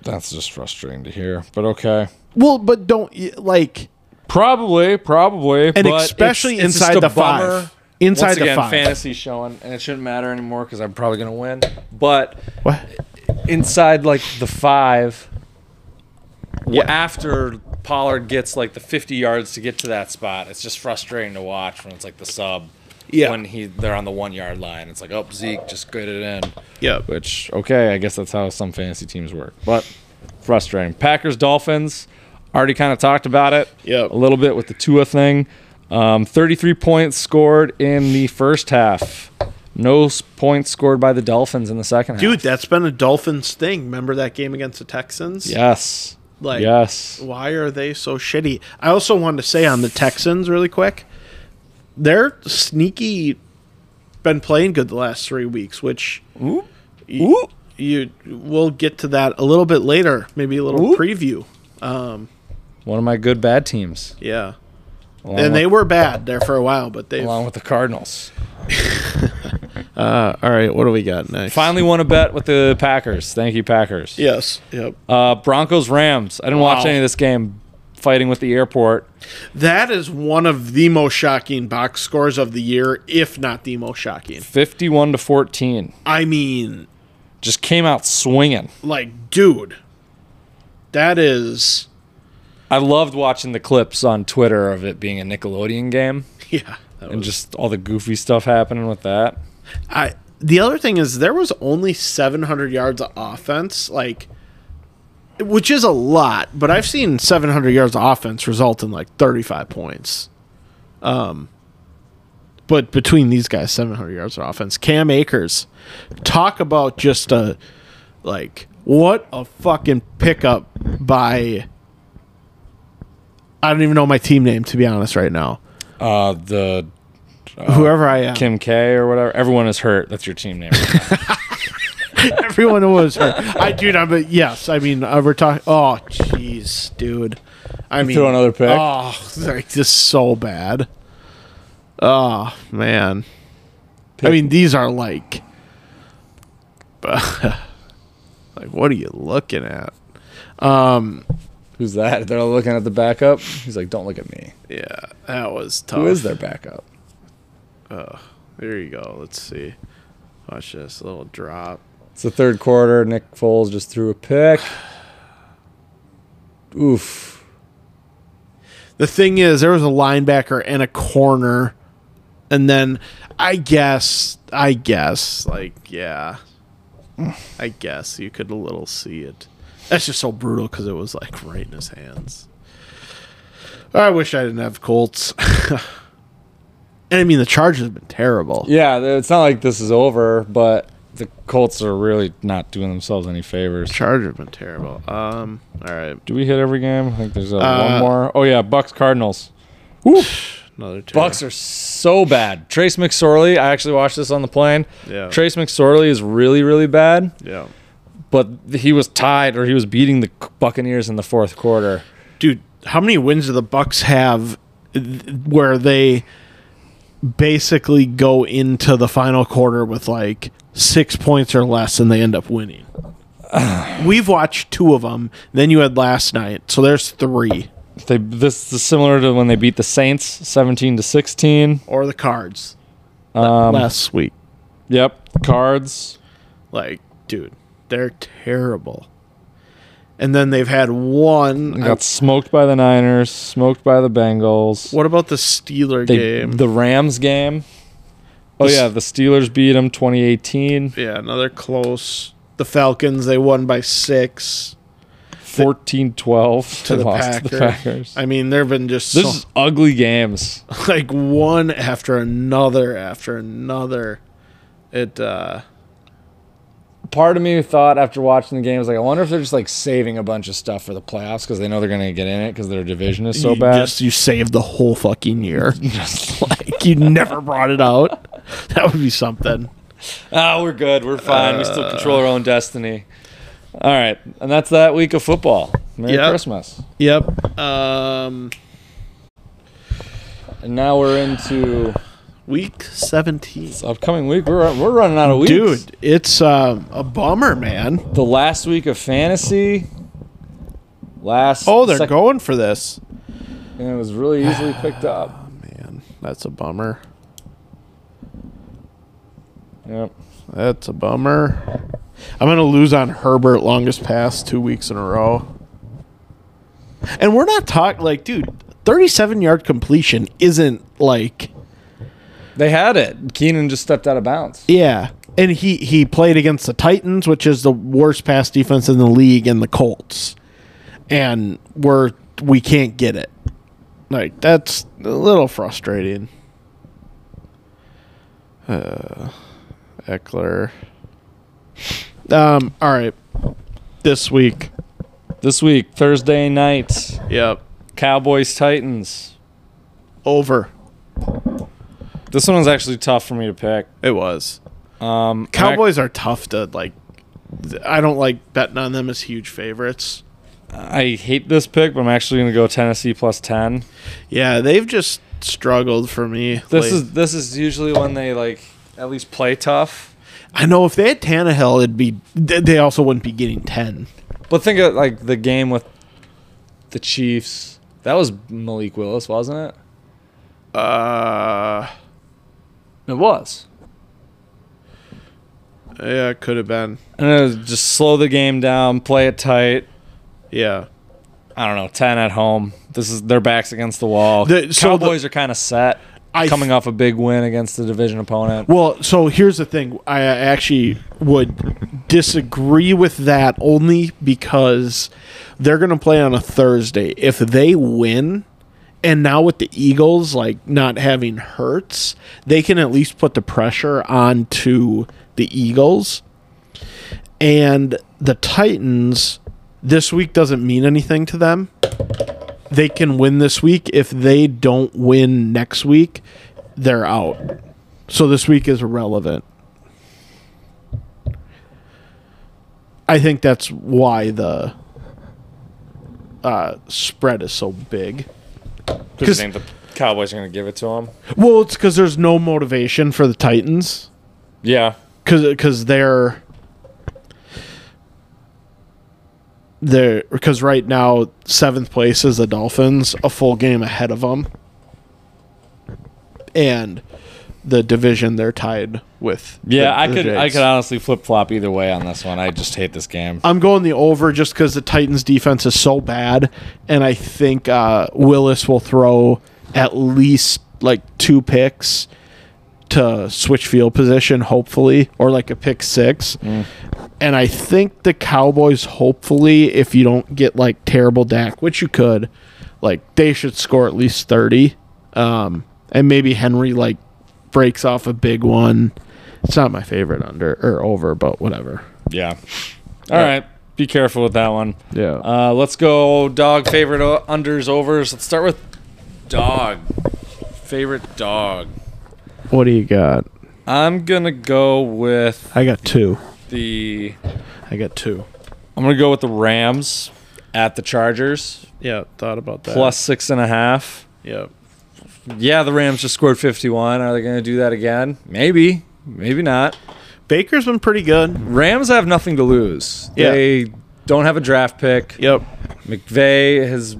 that's just frustrating to hear. But okay, Well, but don't y- like probably, probably, and but especially it's- it's just inside a the bummer. five. Inside Once the again, five. fantasy showing, and it shouldn't matter anymore because I'm probably gonna win. But What? inside like the five w Yeah. after Pollard gets like the 50 yards to get to that spot, it's just frustrating to watch when it's like the sub. Yeah. When he they're on the one yard line, it's like, oh Zeke, just get it in. Yeah. Which okay, I guess that's how some fantasy teams work, but frustrating. Packers Dolphins already kind of talked about it. Yep. A little bit with the Tua thing. Um, 33 points scored in the first half. No s- points scored by the Dolphins in the second half. Dude, that's been a Dolphins thing. Remember that game against the Texans? Yes. Like, yes. why are they so shitty? I also wanted to say on the Texans really quick, they're sneaky. Been playing good the last three weeks, which y- you we'll get to that a little bit later. Maybe a little preview. One of my good bad teams. Yeah, Along and with, they were bad there for a while, but they. along with the Cardinals. all right, what do we got next? Finally won a bet with the Packers. Thank you, Packers. Yes. Yep. Uh, Broncos Rams. I didn't watch Wow. any of this game. Fighting with the airport. That is one of the most shocking box scores of the year, if not the most shocking. 51 to 14. I mean, Just came out swinging. like, dude, that is. I loved watching the clips on Twitter of it being a Nickelodeon game Yeah. That and was, just all the goofy stuff happening with that. I the other thing is there was only 700 yards of offense, like which is a lot, but I've seen 700 yards of offense result in like 35 points. Um but between these guys 700 yards of offense, Cam Akers talk about just a like what a fucking pickup by I don't even know my team name to be honest right now. Uh, the Whoever I am. Kim K or whatever. Everyone is hurt. That's your team name. Everyone was hurt. I dude, I'm a, yes. I mean, uh, we're talking. Oh, jeez, dude. I mean, throw another pick? Oh, like just so bad. Oh man. I mean, these are like, like what are you looking at? Who's that? They're all looking at the backup. He's like, don't look at me. Yeah, that was tough. Who is their backup? There you go. Let's see. Watch this little drop. It's the third quarter. Nick Foles just threw a pick. Oof. The thing is, there was a linebacker and a corner, and then I guess, I guess, like yeah, I guess you could a little see it. That's just so brutal because it was like right in his hands. Oh, I wish I didn't have Colts. and I mean, the Chargers have been terrible. Yeah, it's not like this is over, but the Colts are really not doing themselves any favors. Chargers have been terrible. Um, all right, Do we hit every game? I think there's uh, Uh, one more. Oh yeah, Bucks Cardinals. another terrible. Bucks are so bad. Trace McSorley, I actually watched this on the plane. Yeah. Trace McSorley is really really bad, Yeah, but he was tied or he was beating the Buccaneers in the fourth quarter. dude, how many wins do the Bucks have th- where they basically go into the final quarter with like six points or less and they end up winning? We've watched two of them. Then you had last night, so there's three. They this is similar to when they beat the Saints 17 to 16. Or the Cards Um, last week. Yep, Cards. Like, dude, they're terrible. And then they've had one. They got smoked by the Niners, smoked by the Bengals. what about the Steeler They, game? The Rams game. Oh The s- yeah, the Steelers beat them 2018, yeah, another close. The Falcons, they won by six 14-12. to, They the, lost Packers. to the Packers. I mean, there have been just This so- is ugly games. like one after another after another. It, uh, Part of me thought after watching the games, like, I wonder if they're just like saving a bunch of stuff for the playoffs because they know they're going to get in it because their division is so you bad. Just, you saved the whole fucking year. just like, you never brought it out. That would be something. Ah, we're good. We're fine. we still control our own destiny. All right, and that's that week of football. Merry Yep. Christmas. Yep. Um, And now we're into week 17. this upcoming week. We're we're running out of weeks, Dude, it's um, a bummer, man. The last week of fantasy. Last. Oh, they're sec- going for this. And it was really easily picked up. Man, that's a bummer. Yep. That's a bummer. I'm going to lose on Herbert longest pass two weeks in a row. And we're not talking, like, dude, 37 yard completion isn't like, They had it. Keenan just stepped out of bounds. yeah. And he, he played against the Titans, which is the worst pass defense in the league, and the Colts. And we're, we can't get it. Like, that's a little frustrating. Uh, Eckler. Um, all right. This week. This week, Thursday night, Yep. Cowboys Titans. Over. This one was actually tough for me to pick. It was. Um, Cowboys are tough to like. th- I don't like betting on them as huge favorites. I, I hate this pick, but I'm actually going to go Tennessee plus ten. Yeah, they've just struggled for me. This late- is this is usually when they like at least play tough. I know if they had Tannehill, it'd be. th- They also wouldn't be getting ten. But think of like the game with the Chiefs. That was Malik Willis, wasn't it? Uh, It was. yeah, it could have been. And it was just slow the game down, play it tight. Yeah, I don't know, ten at home. This is their backs against the wall. The- so the- Cowboys are kind of set, I th- coming off a big win against the division opponent. Well, so here's the thing. I actually would disagree with that only because they're going to play on a Thursday. If they win, and now with the Eagles like not having Hurts, they can at least put the pressure onto the Eagles. And the Titans this week doesn't mean anything to them. They can win this week. If they don't win next week, they're out. So this week is irrelevant. I think that's why the uh, spread is so big. Because think the Cowboys are going to give it to them. Well, it's because there's no motivation for the Titans Yeah, because they're they're because right now seventh place is the Dolphins, a full game ahead of them, and the division they're tied with. yeah. the- I the could I Jays. could honestly flip flop either way on this one. I just hate this game. I'm going the over just because the Titans defense is so bad, and I think uh, Willis will throw at least like two picks to switch field position, hopefully, or like a pick six. And I think the Cowboys, hopefully, if you don't get like terrible Dak, which you could, like they should score at least 30. Um, and maybe Henry like breaks off a big one. It's not my favorite under or over, but whatever. Yeah. All right. Be careful with that one. Yeah. Uh, let's go dog favorite o- unders overs. Let's start with dog favorite dog. what do you got? I'm gonna go with I got two. the I got two. I'm gonna go with the Rams at the Chargers Yeah, thought about that. plus six and a half. Yeah. Yeah, the Rams just scored 51. Are they gonna do that again? Maybe. Maybe not. Baker's been pretty good. Rams have nothing to lose. Yeah. They don't have a draft pick. Yep. McVeigh has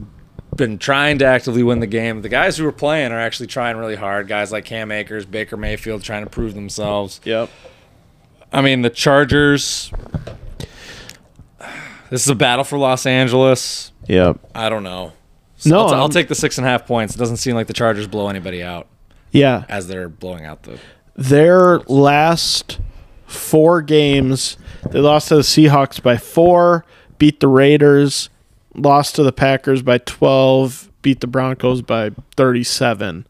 been trying to actively win the game. The guys who are playing are actually trying really hard. Guys like Cam Akers, Baker Mayfield trying to prove themselves. Yep. I mean, the Chargers. This is a battle for Los Angeles. Yep. I don't know. No, I'll, t- I'll I'm- take the six and a half points. It doesn't seem like the Chargers blow anybody out Yeah. as they're blowing out the. their last four games, they lost to the Seahawks by four, beat the Raiders, lost to the Packers by 12, beat the Broncos by 37.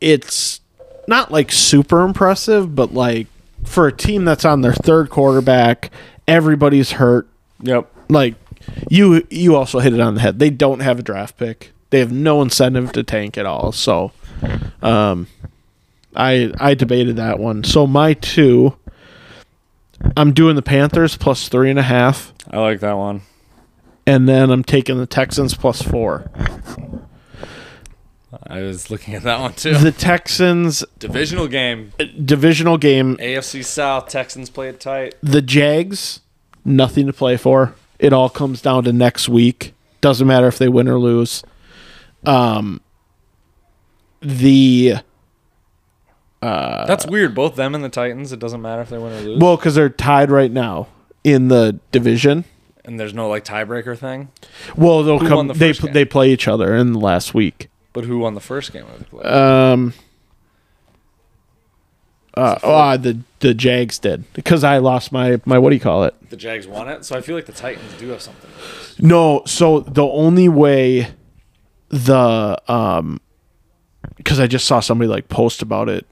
It's not like super impressive, but like for a team that's on their third quarterback, everybody's hurt. Yep. Like you you also hit it on the head. They don't have a draft pick. They have no incentive to tank at all. So um I I debated that one. So my two I'm doing the Panthers plus three and a half, I like that one. and then I'm taking the Texans plus four. I was looking at that one too. The Texans Divisional game. divisional game, AFC South. Texans play it tight. the Jags, nothing to play for. It all comes down to next week. Doesn't matter if they win or lose. Um the That's weird. Both them and the Titans. It doesn't matter if they win or lose. Uh, well, because they're tied right now in the division. and there's no like tiebreaker thing. Well, they'll Who won come. the they first game? they play each other in the last week. But who won the first game of the play? Um, uh, oh, ah, the the Jags did because I lost my my what do you call it? the Jags won it. So I feel like the Titans do have something. to lose. No, so the only way the um because I just saw somebody like post about it.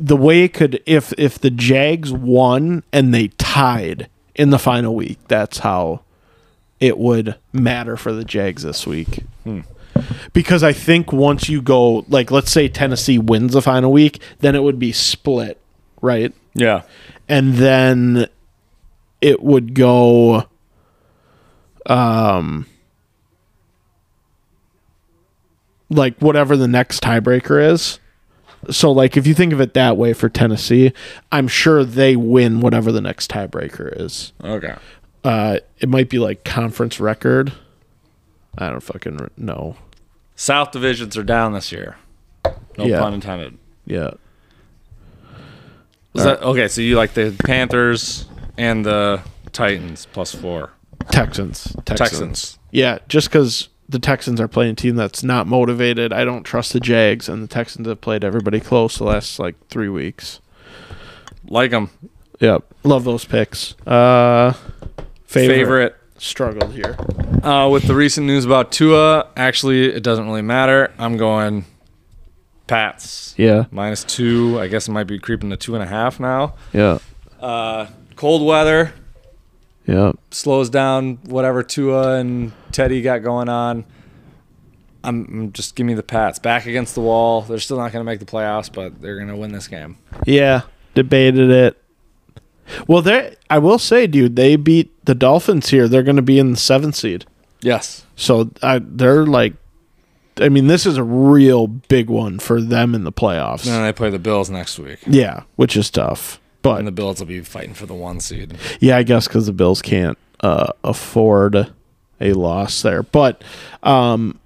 The way it could if if the Jags won and they tied in the final week, that's how it would matter for the Jags this week. Because I think once you go like let's say Tennessee wins the final week, then it would be split, right? Yeah. and then it would go um like whatever the next tiebreaker is so like if you think of it that way for Tennessee I'm sure they win whatever the next tiebreaker is Okay. uh it might be like conference record I don't fucking re- know South divisions are down this year. No Yeah. pun intended. yeah Was that, okay, so you like the Panthers and the Titans plus four. Texans Texans, Texans. Yeah, just because the Texans are playing a team that's not motivated. I don't trust the Jags, and the Texans have played everybody close the last like three weeks. Like them. Yep, love those picks. Uh, favorite, Favorite. struggled here. Uh, with the recent news about Tua, actually, it doesn't really matter. I'm going Pats. Yeah, Minus two. I guess it might be creeping to two and a half now. yeah, Cold weather. yeah. slows down whatever Tua and Teddy got going on. I'm, I'm just give me the Pats back against the wall. They're still not going to make the playoffs, but they're going to win this game. Yeah, debated it. Well, they I will say, dude, they beat the Dolphins here. They're going to be in the seventh seed. Yes. So I, they're like, I mean, this is a real big one for them in the playoffs. And then they play the Bills next week, Yeah, which is tough. But and the Bills will be fighting for the one seed. Yeah, I guess because the Bills can't uh, afford a loss there, but um,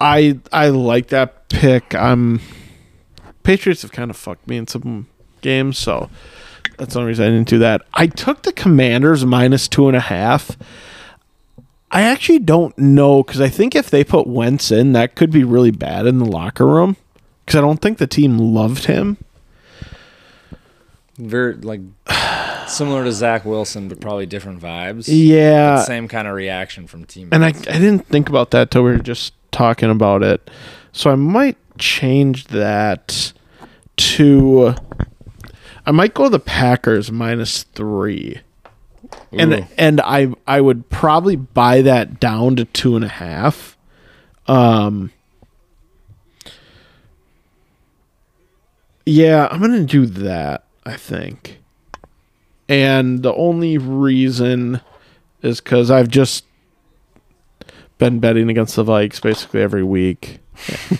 I I like that pick. I'm Patriots have kind of fucked me in some games, so that's the only reason I didn't do that. I took the Commanders minus two and a half. I actually don't know because I think if they put Wentz in, that could be really bad in the locker room because I don't think the team loved him. Very like similar to Zach Wilson, but probably different vibes. Yeah. Same kind of reaction from teammates. and I, I didn't think about that till we were just talking about it. So I might change that to I might go the Packers minus three. Ooh. And and I I would probably buy that down to two and a half. Um Yeah, I'm gonna do that, I think. And the only reason is because I've just been betting against the Vikes basically every week.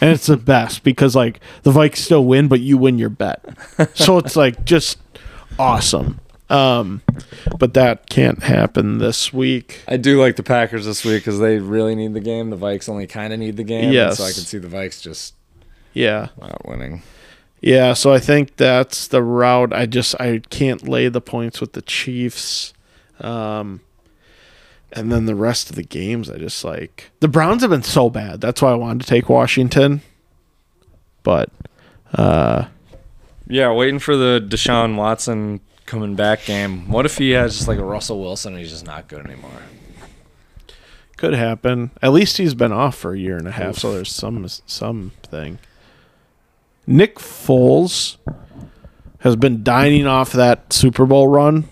and it's the best because like the Vikes still win, but you win your bet. So it's like just awesome. Um, but that can't happen this week. I do like the Packers this week because they really need the game. The Vikes only kind of need the game. and Yes. So I can see the Vikes just Yeah. not winning. Yeah, so I think that's the route. I just I can't lay the points with the Chiefs. Um and then the rest of the games I just like the Browns have been so bad. That's why I wanted to take Washington. But Yeah, waiting for the Deshaun Watson coming back game. What if he has just like a Russell Wilson and he's just not good anymore? could happen. At least he's been off for a year and a half, so there's some something. Nick Foles has been dining off that Super Bowl run,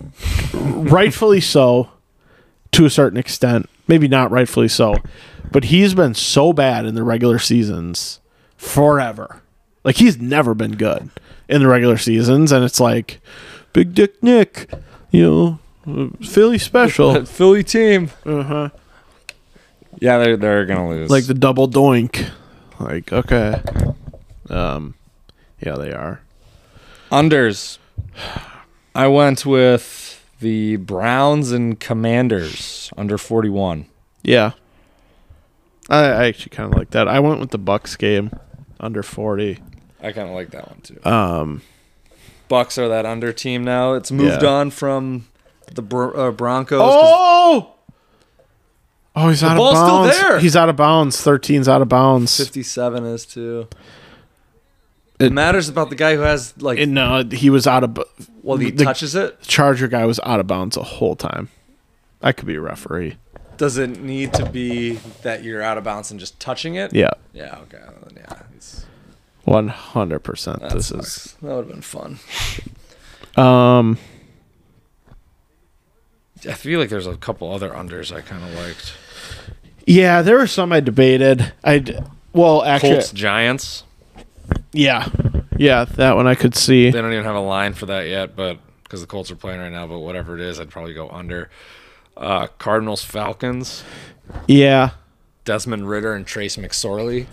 rightfully so, to a certain extent. Maybe not rightfully so, but he's been so bad in the regular seasons forever. Like he's never been good in the regular seasons, and it's like Big Dick Nick, you know, Philly special, That Philly team. Uh huh. Yeah, they're they're gonna lose. Uh-huh. like the double doink. Like okay, um, yeah, they are. unders. I went with the Browns and Commanders under forty one. Yeah. I, I actually kind of like that. I went with the Bucks game under 40. I kind of like that one too. Um Bucks are that under team now. It's moved Yeah. on from the Bro- uh, Broncos. 'cause Oh! Oh, he's out of ball's still bounds. there. He's out of bounds. 13's out of bounds. Fifty-seven is too. It matters about the guy who has like And no, he was out of bu- well he the- touches it. Charger guy was out of bounds the whole time. I could be a referee. Does it need to be that you're out of bounds and just touching it? Yeah. Yeah. Okay. well, then, Yeah. it's- 100% that this sucks. that would have been fun. is um I feel like there's a couple other unders I kind of liked. yeah, there were some I debated. I d- well, actually Colts Giants. yeah. Yeah, that one I could see. They don't even have a line for that yet, but because the Colts are playing right now. But whatever it is, I'd probably go under. Uh, Cardinals Falcons. Yeah. Desmond Ritter and Trace McSorley.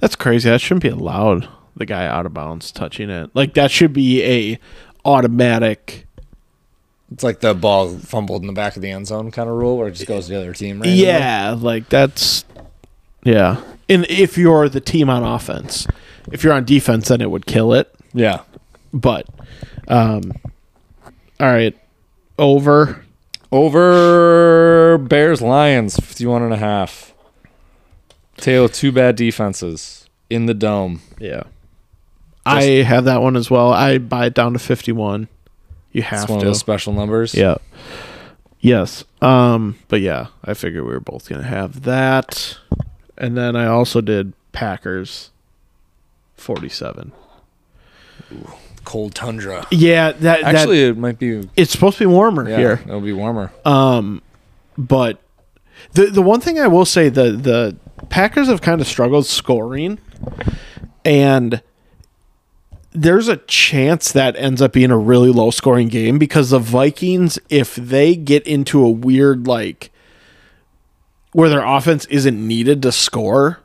That's crazy. That shouldn't be allowed. The guy out of bounds touching it. Like that should be a automatic. It's like the ball fumbled in the back of the end zone kind of rule, where it just goes to the other team. Right Yeah, like that's yeah. And if you're the team on offense, if you're on defense, then it would kill it. yeah. But, um, all right, over. Over Bears Lions 51 and a half. Tale of two bad defenses in the dome. Yeah, I have that one as well. I buy it down to fifty-one. You It's have one of to. those special numbers. Yeah. Yes. Um, but yeah, I figured we were both gonna have that. And then I also did Packers forty seven. Cold tundra. Yeah, that Actually, that, it might be it's supposed to be warmer yeah, here. It'll be warmer. But the the one thing I will say, the the Packers have kind of struggled scoring and there's a chance that ends up being a really low scoring game because the Vikings, if they get into a weird like where their offense isn't needed to score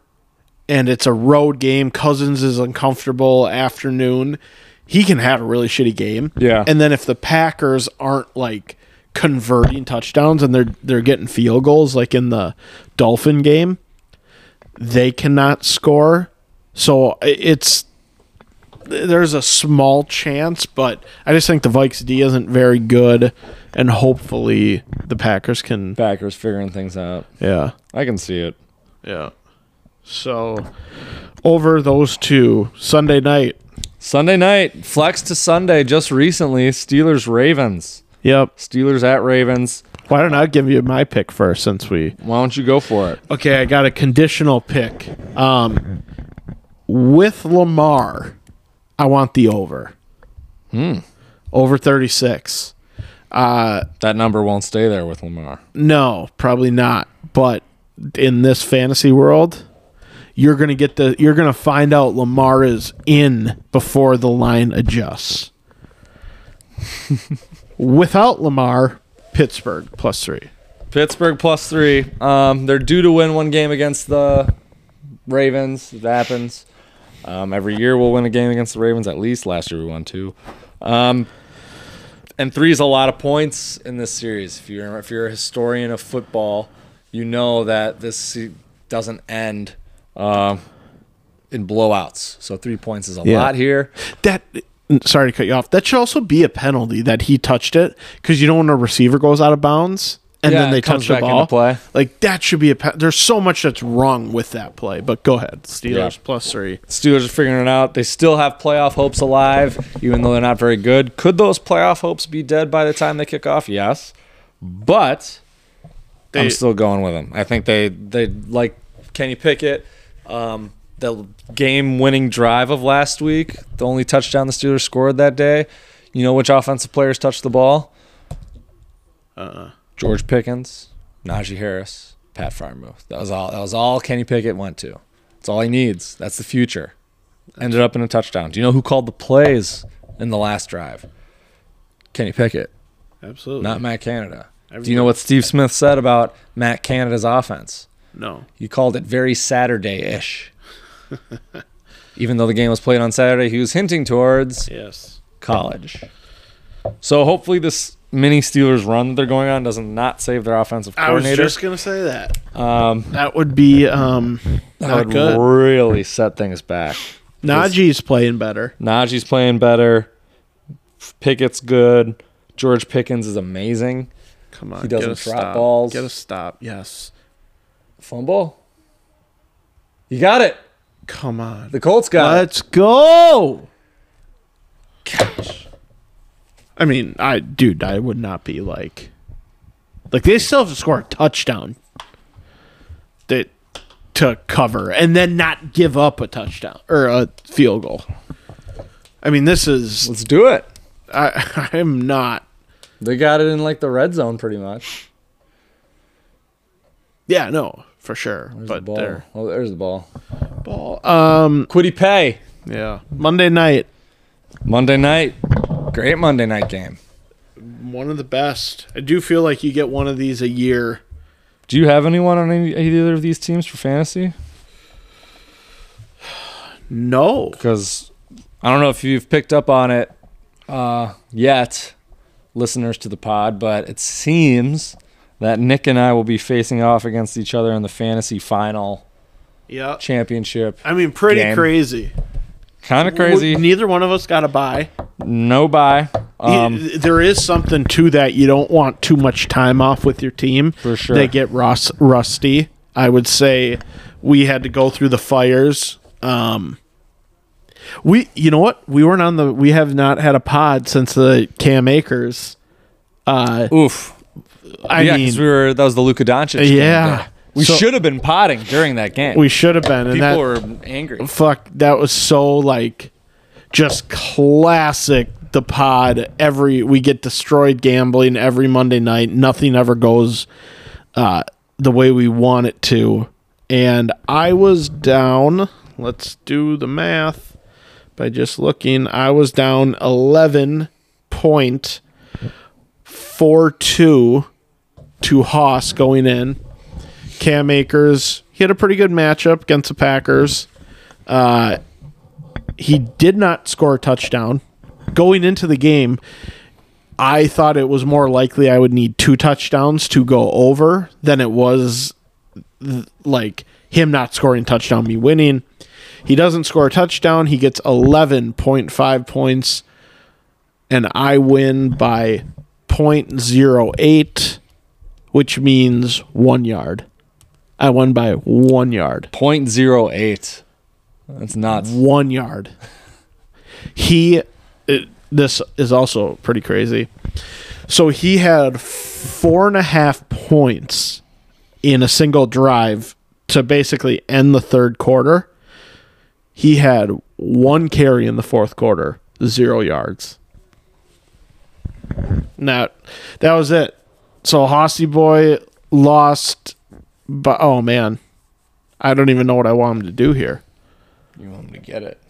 and it's a road game, Cousins is uncomfortable afternoon, he can have a really shitty game. Yeah. And then if the Packers aren't like converting touchdowns and they're they're getting field goals like in the Dolphin game, they cannot score. So i- it's there's a small chance, but I just think the Vikes D isn't very good, and hopefully the Packers can. Packers figuring things out. Yeah, I can see it. yeah. So over those two Sunday night. Sunday night, flex to Sunday just recently, Steelers Ravens. Yep. Steelers at Ravens. Why don't I give you my pick first since we Why don't you go for it? Okay, I got a conditional pick. Um with Lamar, I want the over. Over 36. That number won't stay there with Lamar. No, probably not. But in this fantasy world, you're gonna get the you're gonna find out Lamar is in before the line adjusts. Without Lamar, Pittsburgh plus three. Pittsburgh plus three. Um, they're due to win one game against the Ravens. It happens. Um, every year we'll win a game against the Ravens. At least last year we won two. Um, and three is a lot of points in this series. If you're if you're a historian of football, you know that this se- doesn't end um in blowouts. So three points is a Yeah. lot here. That sorry to cut you off. That should also be a penalty that he touched it because you know when a receiver goes out of bounds and Yeah, then they it comes touch the back ball. into play. Like that should be a pe- there's so much that's wrong with that play. But go ahead, Steelers Yeah. plus three. Steelers are figuring it out. They still have playoff hopes alive, even though they're not very good. Could those playoff hopes be dead by the time they kick off? Yes, but They- I'm still going with them. I think they they like Kenny Pickett. Um, the game-winning drive of last week, the only touchdown the Steelers scored that day. You know which offensive players touched the ball? George Pickens, Najee Harris, Pat Fryermuth. That was all. That was all Kenny Pickett went to. That's all he needs. That's the future. Ended up in a touchdown. Do you know who called the plays in the last drive? Kenny Pickett, Absolutely. not Matt Canada. Do you know what Steve Smith said about Matt Canada's offense? no. He called it very Saturday-ish. Even though the game was played on Saturday, he was hinting towards Yes. college. So hopefully this mini Steelers run that they're going on doesn't not save their offensive I was coordinator. just gonna say that. Um, that would be um, That not would good. really set things back. Najee's playing better. Najee's playing better. Pickett's good. George Pickens is amazing. Come on, He doesn't get a drop stop. balls. Get a stop. Yes. Fumble. You got it. Come on. The Colts got it. Let's go. Gosh. I mean, I dude, I would not be like, like they still have to score a touchdown. That to cover and then not give up a touchdown or a field goal. I mean, this is Let's do it. I I'm not They got it in like the red zone pretty much. Yeah, no, for sure. There's the but ball. they're Oh, there's the ball. ball. Um, Quiddy pay. yeah. Monday night, Monday night. Great Monday night game. one of the best. I do feel like you get one of these a year. Do you have anyone on any, either of these teams for fantasy? No, because I don't know if you've picked up on it uh, yet, listeners to the pod, but it seems that Nick and I will be facing off against each other in the fantasy final yeah. championship. I mean, pretty Game. crazy. Kind of crazy. Neither one of us got a buy. No buy. Um, there is something to that. You don't want too much time off with your team. For sure. They get rust- rusty. I would say we had to go through the fires. Um, we, you know what? We weren't on the. We have not had a pod since the Cam Akers. Uh, oof. I yeah, mean, because we were that was the Luka Doncic. game, Yeah. yeah. We So- should have been potting during that game. We should have been, and People that were angry. fuck that was so like just classic the pod. Every we get destroyed gambling every Monday night. Nothing ever goes uh, the way we want it to, and I was down. Let's do the math by just looking. I was down eleven point four two to Haas going in. Cam Akers, he had a pretty good matchup against the Packers. Uh, he did not score a touchdown. Going into the game, I thought it was more likely I would need two touchdowns to go over than it was th- like him not scoring a touchdown, me winning. He doesn't score a touchdown. He gets 11.5 points, and I win by 0.08, which means one yard. I won by one yard. 0.08. That's nuts. One yard. He, it, this is also pretty crazy. So he had four and a half points in a single drive to basically end the third quarter. He had one carry in the fourth quarter, zero yards. Now, that was it. So Hossy Boy lost, but oh man, I don't even know what I want him to do here. You want me to get it?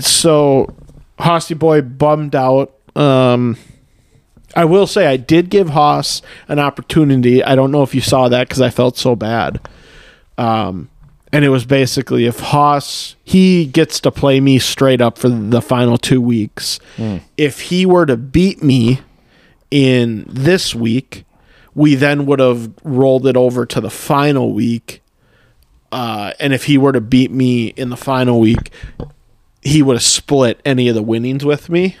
so Hossy Boy bummed out. Um, I will say I did give Haas an opportunity. I don't know if you saw that because I felt so bad. Um, and it was basically if Haas he gets to play me straight up for the final two weeks. If he were to beat me in this week, we then would have rolled it over to the final week. Uh, and if he were to beat me in the final week, he would have split any of the winnings with me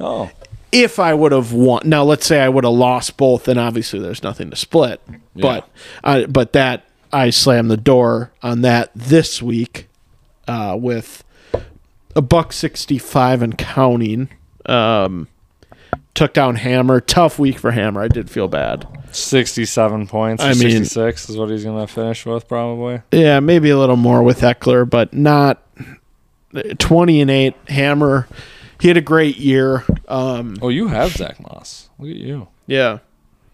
Oh. if I would have won. Now, let's say I would have lost both, then obviously there's nothing to split. But I but that I slammed the door on that this week uh, with a buck sixty five and counting. Um, took down Hammer. Tough week for Hammer. I did feel bad. 67 points. Or I mean- 66 is what he's going to finish with, probably. Yeah, maybe a little more with Eckler, but not uh, twenty and eight. Hammer. He had a great year. Um, Oh, you have Zach Moss. Look at you. Yeah.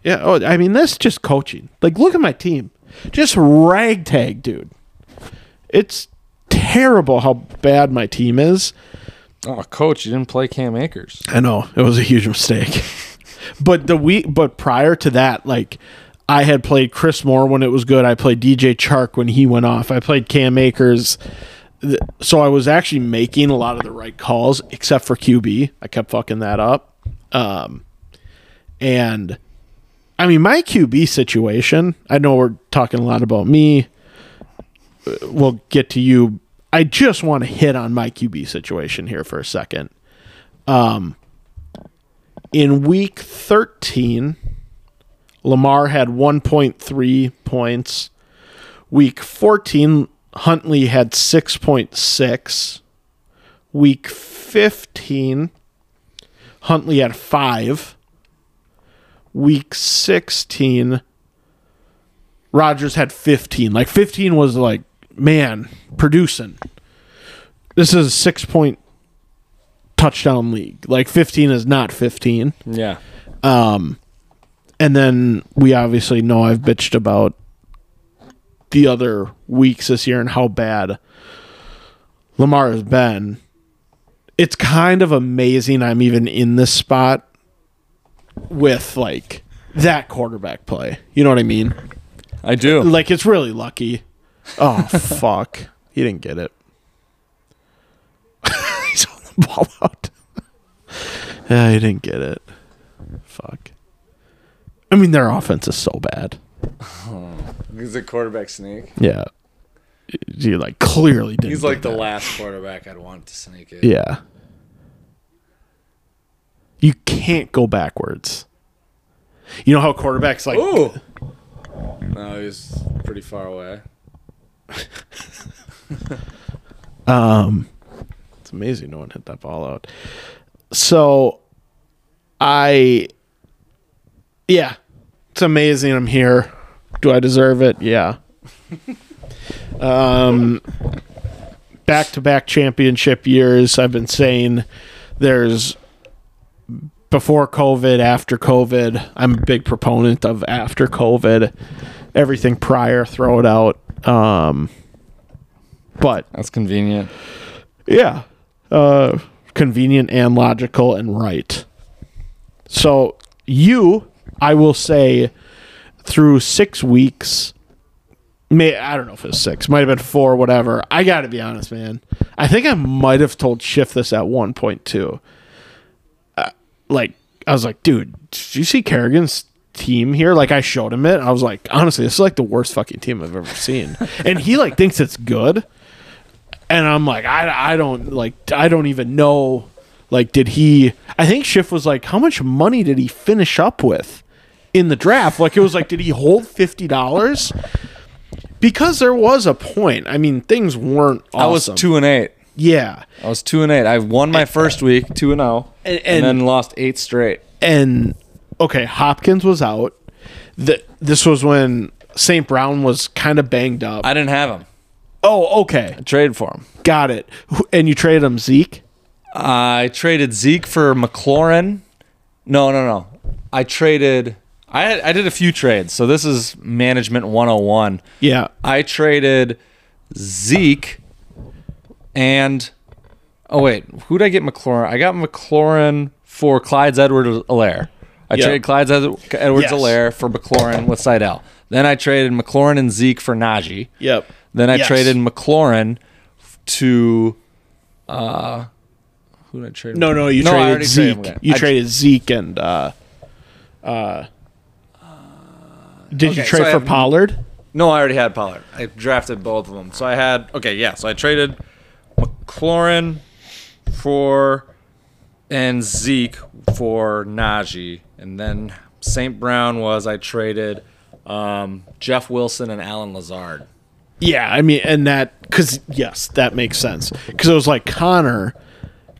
Yeah. Oh, I mean, that's just coaching. Like, look at my team. Just ragtag, dude. It's terrible how bad my team is. Oh, coach, you didn't play Cam Akers. I know. It was a huge mistake. but the week, but prior to that, like, I had played Chris Moore when it was good. I played DJ Chark when he went off. I played Cam Akers. Th- So I was actually making a lot of the right calls, except for QB. I kept fucking that up. Um, and I mean, my QB situation, I know we're talking a lot about me. Uh, We'll get to you. I just want to hit on my QB situation here for a second. Um, in week 13, Lamar had 1.3 points. Week 14, Huntley had 6.6. Week 15, Huntley had 5 week 16 Rogers had 15 like 15 was like man producing this is a 6 point touchdown league like 15 is not 15 Yeah. and then we obviously know I've bitched about the other weeks this year and how bad Lamar has been. It's kind of amazing I'm even in this spot with like that quarterback play. You know what I mean? I do. Like it's really lucky. Oh fuck. He didn't get it. He's on the ball out. yeah, he didn't get it. Fuck. I mean their offense is so bad. He's a quarterback sneak. Yeah. He like clearly didn't. He's like get the that. last quarterback I'd want to sneak in. Yeah. You can't go backwards. You know how quarterbacks like Ooh. No, he's pretty far away. It's amazing no one hit that ball out. So I yeah, it's amazing I'm here. Do I deserve it? Yeah. um back-to-back championship years. I've been saying there's before COVID, after COVID. I'm a big proponent of after COVID. Everything prior, throw it out. Um but That's convenient. yeah. Uh, convenient and logical and right. So, you, I will say, through six weeks, may I don't know if it's six, might have been four, whatever. I got to be honest, man. I think I might have told Shift this at 1.2. Uh, like, I was like, dude, did you see Kerrigan's team here? Like, I showed him it. and I was like, honestly, this is like the worst fucking team I've ever seen. and he, like, thinks it's good and I'm like, I, I don't like I don't even know Like, did he? I think Schiff was like, how much money did he finish up with in the draft? Like, it was like, did he hold fifty dollars? Because there was a point. I mean, things weren't. Awesome. I was two and eight. Yeah, I was two and eight. I won my first week, two and zero, And- and and- then lost eight straight. and okay, Hopkins was out. The, this was when St. Brown was kind of banged up. I didn't have him. oh, okay, Traded for him. got it. Who- And you traded him Zeke. I traded Zeke for McLaurin. No, no, no. I traded. I had, I did a few trades. So this is management 101. Yeah, I traded Zeke and oh wait, who did I get McLaurin? I got McLaurin for Clyde's Edward Alaire. I Yeah. traded Clyde's Edwards Yes. Alaire for McLaurin with Seidel. Then I traded McLaurin and Zeke for Najee. Yep. Then I Yes. traded McLaurin to uh who did I trade? No, him? no, you I traded already Zeke. him. you I- traded Zeke and uh uh Did okay, you trade so I for have- Pollard? No, I already had Pollard. I drafted both of them. So I had okay, yeah. So I traded McLaurin for and Zeke for Najee, and then St. Brown was I traded um, Jeff Wilson and Alan Lazard. Yeah, I mean and that cuz yes, that makes sense. Cuz it was like Connor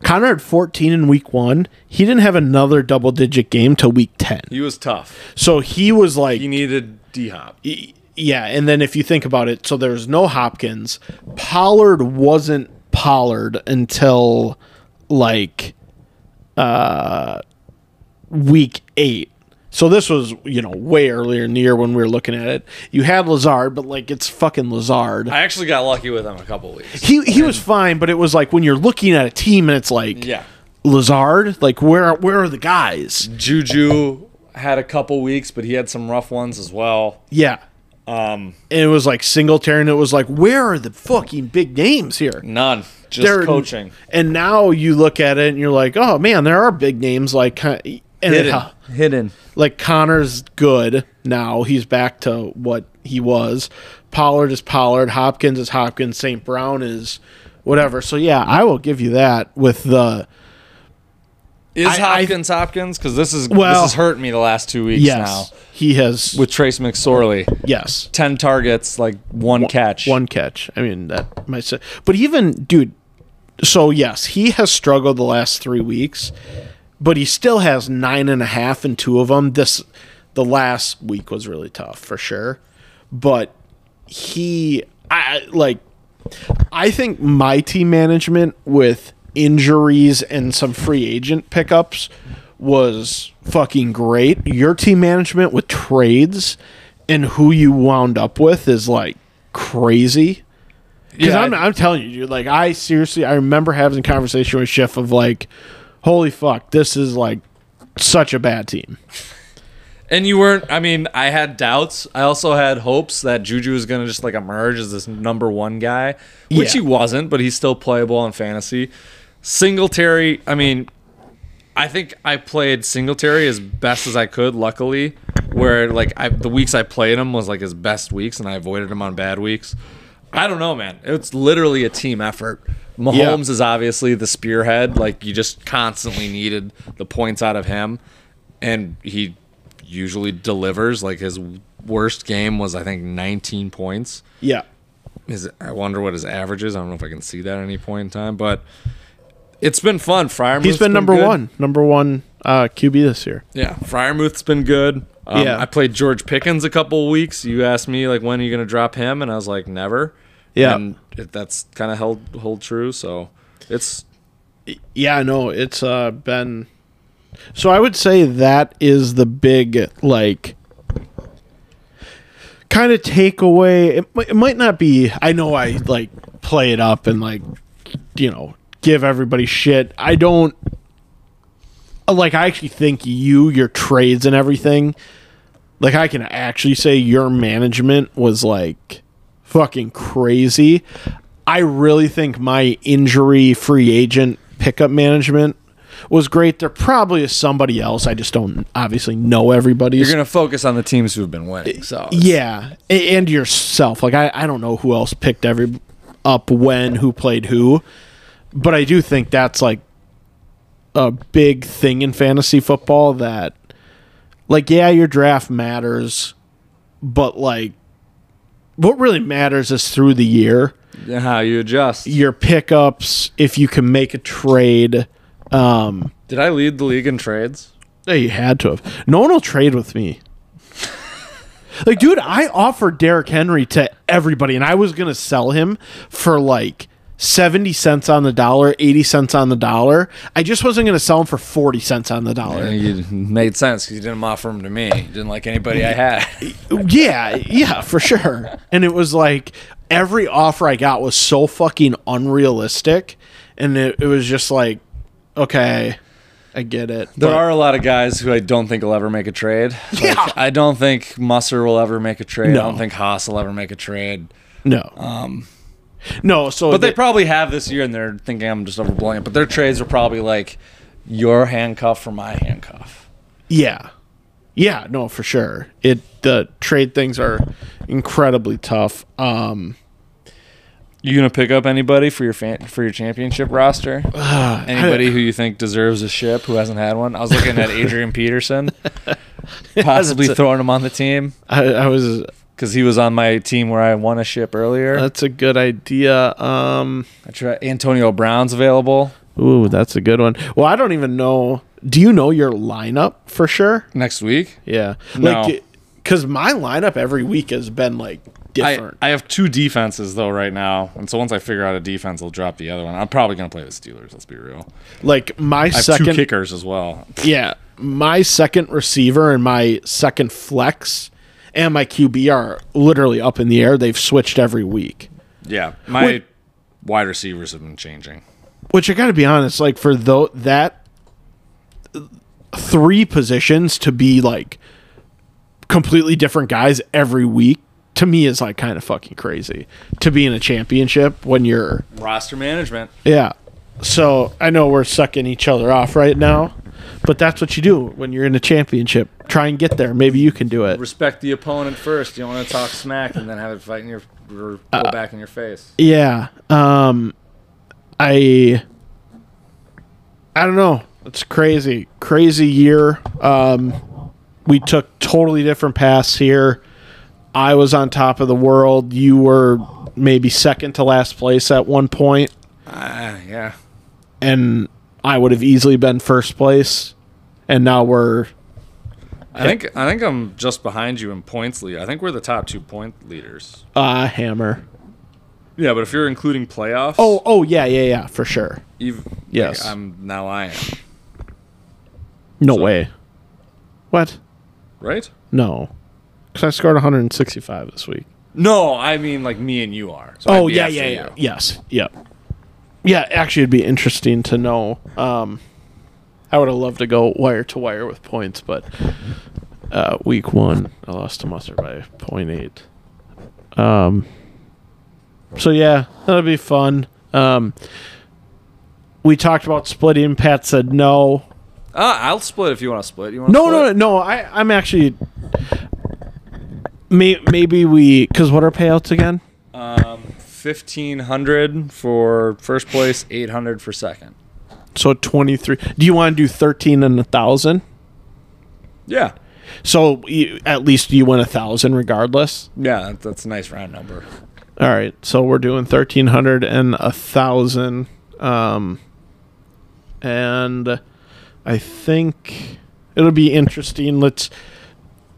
Connor had 14 in week 1. He didn't have another double digit game till week 10. He was tough. So he was like He needed D Hop. Y- yeah, and then if you think about it, so there was no Hopkins. Pollard wasn't Pollard until like uh week 8. So this was, you know, way earlier in the year when we were looking at it. You had Lazard, but like it's fucking Lazard. I actually got lucky with him a couple weeks. he he was fine, but it was like when you're looking at a team and it's like Yeah. Lazard, like where where are the guys? Juju had a couple weeks, but he had some rough ones as well. Yeah. Um and it was like Singletary and it was like where are the fucking big names here? None. Just they're- coaching. And now you look at it and you're like, oh man, there are big names like Con- and it- Hidden. Hidden. like Connor's good now. He's back to what he was. Pollard is Pollard. Hopkins is Hopkins. St. Brown is whatever. So yeah, I will give you that with the Is I- I- Hopkins Hopkins? Because this is Well- this is hurting me the last two weeks yes. now He has with Trace McSorley. yes Ten targets, like one, catch. one catch. I mean that might say, but even dude. So yes, he has struggled the last three weeks, but he still has nine and a half in two of them. This, the last week was really tough for sure, but he, I like, I think my team management with injuries and some free agent pickups was fucking great. Your team management with trades and who you wound up with is like crazy. Because Yeah, I'm, I- I'm telling you, dude, like, I seriously, I remember having a conversation with Schiff of like, holy fuck, this is like such a bad team. And you weren't. I mean, I had doubts. I also had hopes that Juju was going to just like emerge as this number one guy, which he Yeah. wasn't, but he's still playable in fantasy. Singletary. I mean, I think I played Singletary as best as I could. Luckily, where like I, the weeks I played him was like his best weeks, and I avoided him on bad weeks. I don't know, man. It's literally a team effort. Mahomes is obviously the spearhead. Like you just constantly needed the points out of him, and he usually delivers. Like his worst game was I think 19 points. Yeah. His, I wonder what his average is. I don't know if I can see that at any point in time, but it's been fun. Fryermuth He's been number good. one, number one uh, QB this year. Yeah, Fryermuth's been good. Um, Yeah. I played George Pickens a couple weeks. You asked me like when are you going to drop him, and I was like never. Yeah. and it, that's kind of held hold true. So it's Yeah, no, it's uh, been. So I would say that is the big like kind of takeaway. It, mi- it might not be. I know I like play it up and like you know give everybody shit. I don't uh, like. I actually think you your trades and everything. Like I can actually say your management was like fucking crazy. I really think my injury free agent pickup management was great. There probably is somebody else. I just don't obviously know everybody's. you're going to focus on the teams who've been winning. So it's- yeah, a- and yourself. Like I, I don't know who else picked every up when, who played who, but I do think that's like a big thing in fantasy football that like yeah, your draft matters, but like what really matters is through the year How you adjust? your pickups if you can make a trade um Did I lead the league in trades? yeah, you had to have no one will trade with me like dude i offered Derrick henry to everybody and i was gonna sell him for like 70 cents on the dollar 80 cents on the dollar i just wasn't gonna sell him for 40 cents on the dollar You made sense because you didn't offer them to me. You didn't like anybody I had. Yeah, yeah, for sure. And it was like every offer I got was so fucking unrealistic, and it, it was just like, okay, I get it. There But- are a lot of guys who I don't think will ever make a trade. Like, Yeah. I don't think Musser will ever make a trade. No. I don't think Haas will ever make a trade. no, no. So, Um, But they the- probably have this year, and they're thinking I'm just overblowing it. But their trades are probably like your handcuff for my handcuff. yeah, yeah, no, for sure. It the trade things are incredibly tough. Um, You gonna pick up anybody for your fan, for your championship roster? anybody who you think deserves a ship who hasn't had one? I was looking at Adrian Peterson, possibly throwing him on the team I, I was because he was on my team where I won a ship earlier. that's a good idea. Um, I try, Antonio Brown's available ooh, that's a good one. Well, I don't even know. Do you know your lineup for sure? next week. Yeah. No. Like, because my lineup every week has been like I, different. I have two defenses though right now, and so once I figure out a defense, I'll drop the other one. I'm probably gonna play the Steelers. Let's be real. like my I have two second, kickers as well. yeah, my second receiver and my second flex and my QB are literally up in the air. They've switched every week. Yeah, my Wait. wide receivers have been changing. Which I got to be honest, like for though that three positions to be like completely different guys every week to me is like kind of fucking crazy to be in a championship when you're Roster management. Yeah. So I know we're sucking each other off right now, but that's what you do when you're in a championship. Try and get there. Maybe you can do it. Respect the opponent first. You don't want to talk smack and then have it fight in your or go back in your face. Yeah. Um, I. I don't know. It's crazy, crazy year. Um, we took totally different paths here. I was on top of the world. You were maybe second to last place at one point. Ah, yeah. and I would have easily been first place. And now we're I think I think I'm just behind you in points lead. I think we're the top two point leaders. uh hammer. Yeah, but if you're including playoffs, Oh, oh yeah, yeah, yeah, for sure. you've, yes. I'm now I am No way. What? right. No. Cuz I scored 165 this week. No, I mean like me and you are. So I'd Oh, be yeah, after yeah, yeah. you. Yes. Yep. Yeah, actually it'd be interesting to know. Um I would have loved to go wire to wire with points, but uh week 1 I lost to Musser by 0.8. So yeah, that'll be fun. Um, we talked about splitting. Pat said no. Ah, I'll split if you want to split. You want No, no, no. no I, I'm actually. May, maybe we because what are payouts again? Fifteen hundred for first place, eight hundred for second. So 23. Do you want to do 13 and a thousand? Yeah, So you, at least you win a thousand regardless. yeah, that- that's a nice round number. All right. So we're doing 1300 and a thousand. Um, and I think it'll be interesting. Let's.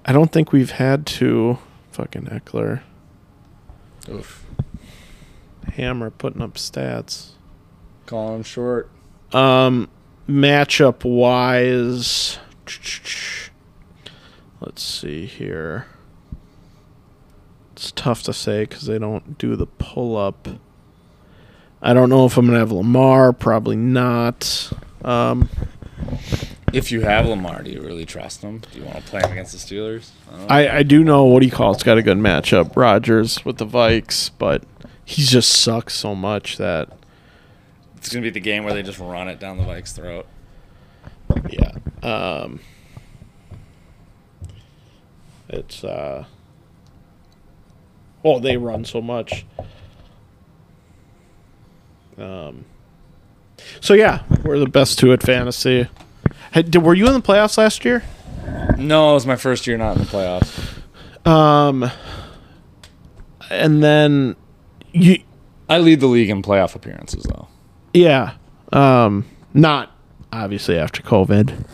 I don't think we've had to fucking Eckler Oof, hammer putting up stats. calling him short. Matchup wise, let's see here. It's tough to say because they don't do the pull up. I don't know if I'm gonna have Lamar. Probably not. Um, If you have Lamar, do you really trust him? Do you want to play him against the Steelers? I don't know. I, I do know what do you call it's got a good matchup. Rogers with the Vikes, but he just sucks so much that It's gonna be the game where they just run it down the Vikes' throat. yeah. Um, it's uh. Oh, they run so much. Um, So yeah, we're the best two at fantasy. Had, did, were you in the playoffs last year? No, it was my first year not in the playoffs. Um, and then you, I lead the league in playoff appearances though. yeah, um, not obviously after COVID.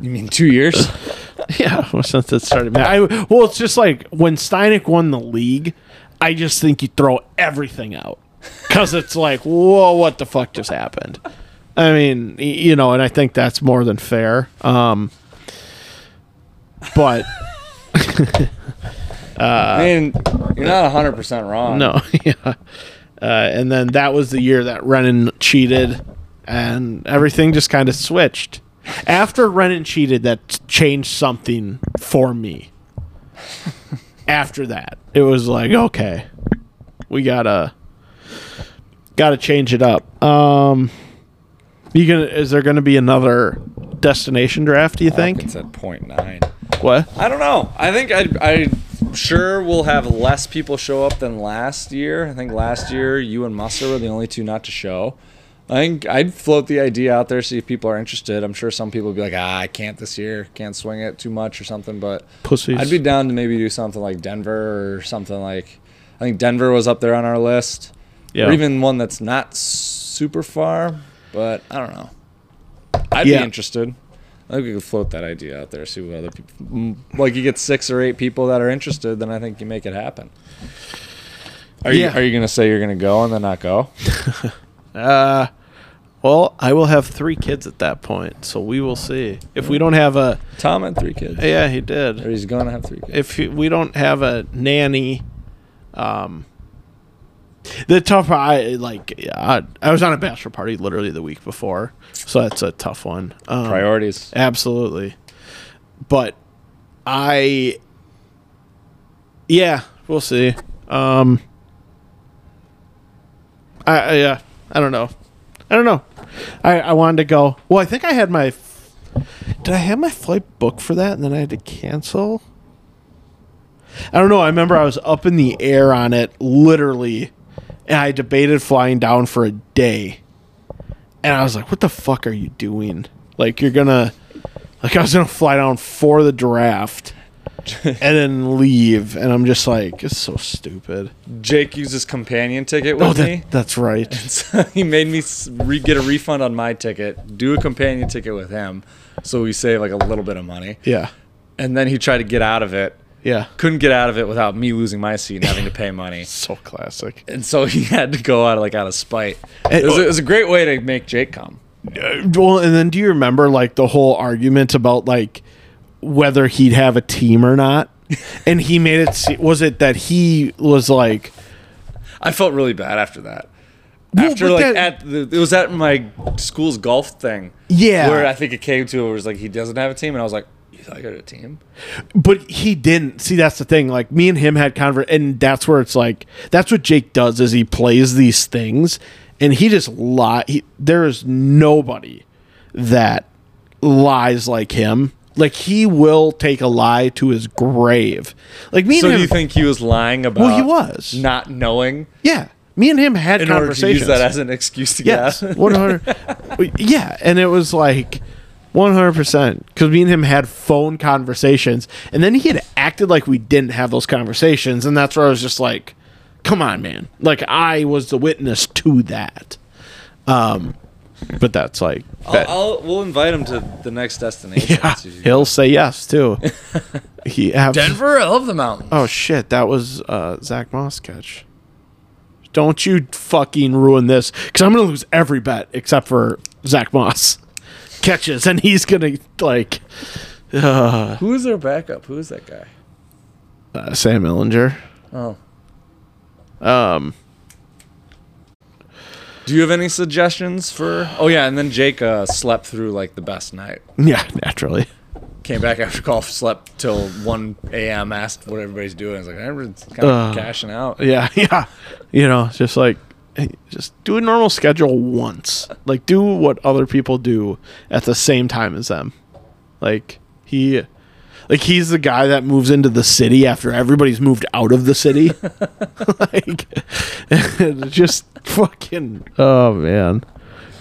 You mean two years? Yeah, well, since it started, I well, it's just like when Steinek won the league. I just think you throw everything out because it's like, whoa, what the fuck just happened? I mean, y- you know, and I think that's more than fair. Um, but I mean, you're not 100 percent wrong. no, yeah. Uh, and then that was the year that Renan cheated, and everything just kind of switched. After Renan cheated, that changed something for me. After that, it was like, okay, we gotta gotta change it up. Um, you gonna is there gonna be another destination draft? Do you I think think? it's at point nine. What? I don't know. I think I I sure we'll have less people show up than last year. I think last year you and Musser were the only two not to show. I think I'd float the idea out there, see if people are interested. I'm sure some people would be like, ah, I can't this year, can't swing it too much or something. But Pussies. I'd be down to maybe do something like Denver or something like. I think Denver was up there on our list, Yeah. or even one that's not super far. But I don't know. I'd Yeah. be interested. I think we could float that idea out there, see what other people. Like you get six or eight people that are interested, then I think you make it happen. Are Yeah. you are you gonna say you're gonna go and then not go? Uh, well, I will have three kids at that point, so we will see. If we don't have a, Tom had three kids. yeah, he Or did. he's gonna have three kids. If he- we don't have a nanny, um, the tough I like. yeah, I, I was on a bachelor party literally the week before, so that's a tough one. Um, Priorities. Absolutely, but I, yeah, we'll see. Um, I, I yeah, I don't know. I don't know. I, I wanted to go. Well, I think I had my. f- Did I have my flight booked for that, and then I had to cancel? I don't know. I remember I was up in the air on it, literally, and I debated flying down for a day. And I was like, "What the fuck are you doing? Like, you're gonna, like, I was gonna fly down for the draft, and then leave." And I'm just like, "It's so stupid." Jake used his companion ticket with Oh, me. that, that's right. So he made me s- re- get a refund on my ticket, do a companion ticket with him, so we save like a little bit of money. Yeah, And then he tried to get out of it, yeah. couldn't get out of it without me losing my seat and having to pay money. So classic. And so he had to go out like out of spite. And- It was, a- it was a great way to make Jake come. Well, and then do you remember like the whole argument about like whether he'd have a team or not? And he made it. Se- was it that he was like, I felt really bad after that. Well, After but like that- at the, it was at my school's golf thing. Yeah. Where I think it came to it was like he doesn't have a team, and I was like, you thought I got a team? but he didn't. See, that's the thing. Like me and him had conver, and that's where it's like that's what Jake does is he plays these things, and he just lie. He, there is nobody that lies like him. Like he will take a lie to his grave. Like me and So him. do you think he was lying about? Well, he was. not knowing yeah. Me and him had in order to conversations. use that as an excuse to get Yes, out. one hundred. yeah, and it was like one hundred percent because me and him had phone conversations, and then he had acted like we didn't have those conversations, and that's where I was just like, "Come on, man!" Like I was the witness to that. Um, but that's like, that- I'll, I'll, we'll invite him to the next destination. yeah, See if you- he'll say yes too. he abs- Denver, I love the mountains. Oh shit, that was uh, Zach Moss sketch. Don't you fucking ruin this because I'm gonna lose every bet except for Zach Moss catches, and he's gonna like Who is their backup? Who is that guy? uh, Sam Ellinger. Oh. Um. Do you have any suggestions for? Oh yeah, and then Jake uh, slept through like the best night. Yeah, naturally. Came back after golf, slept till 1 a.m. Asked what everybody's doing. I was like, everyone's kind of Ugh. cashing out. Uh, Yeah, yeah. You know, it's just like hey, just do a normal schedule once. Like do what other people do at the same time as them. Like he like he's the guy that moves into the city after everybody's moved out of the city. like just fucking oh man.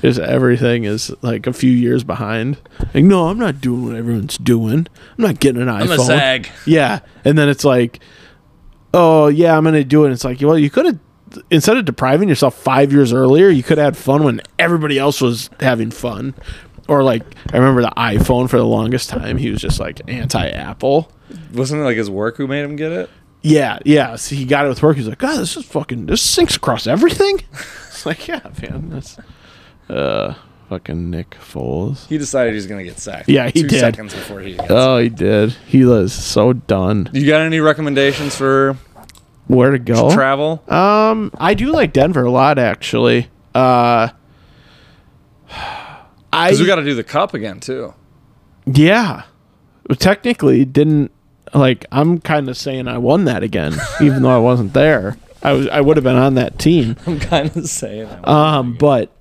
is everything is like a few years behind. Like, no, I'm not doing what everyone's doing. I'm not getting an iPhone. a sag. Yeah, and then it's like, oh yeah, I'm gonna do it. It's like, well, you could have instead of depriving yourself five years earlier, you could have had fun when everybody else was having fun. Or like, I remember the iPhone for the longest time. He was just like anti-Apple. Wasn't it like his work who made him get it? Yeah, yeah. So he got it with work. He's like, God, this is fucking. This sinks across everything. it's like, yeah, man. That's uh, fucking Nick Foles. He decided he's gonna get sacked. Yeah, he two did. seconds before he. Gets Oh, he did. He was so done. You got any recommendations for Where to go? travel? Um, I do like Denver a lot, actually. Uh, I Because we got to do the cup again too. yeah. Technically, didn't like. I'm kind of saying I won that again, even though I wasn't there. I was. I would have been on that team. I'm kind of saying that. Um, but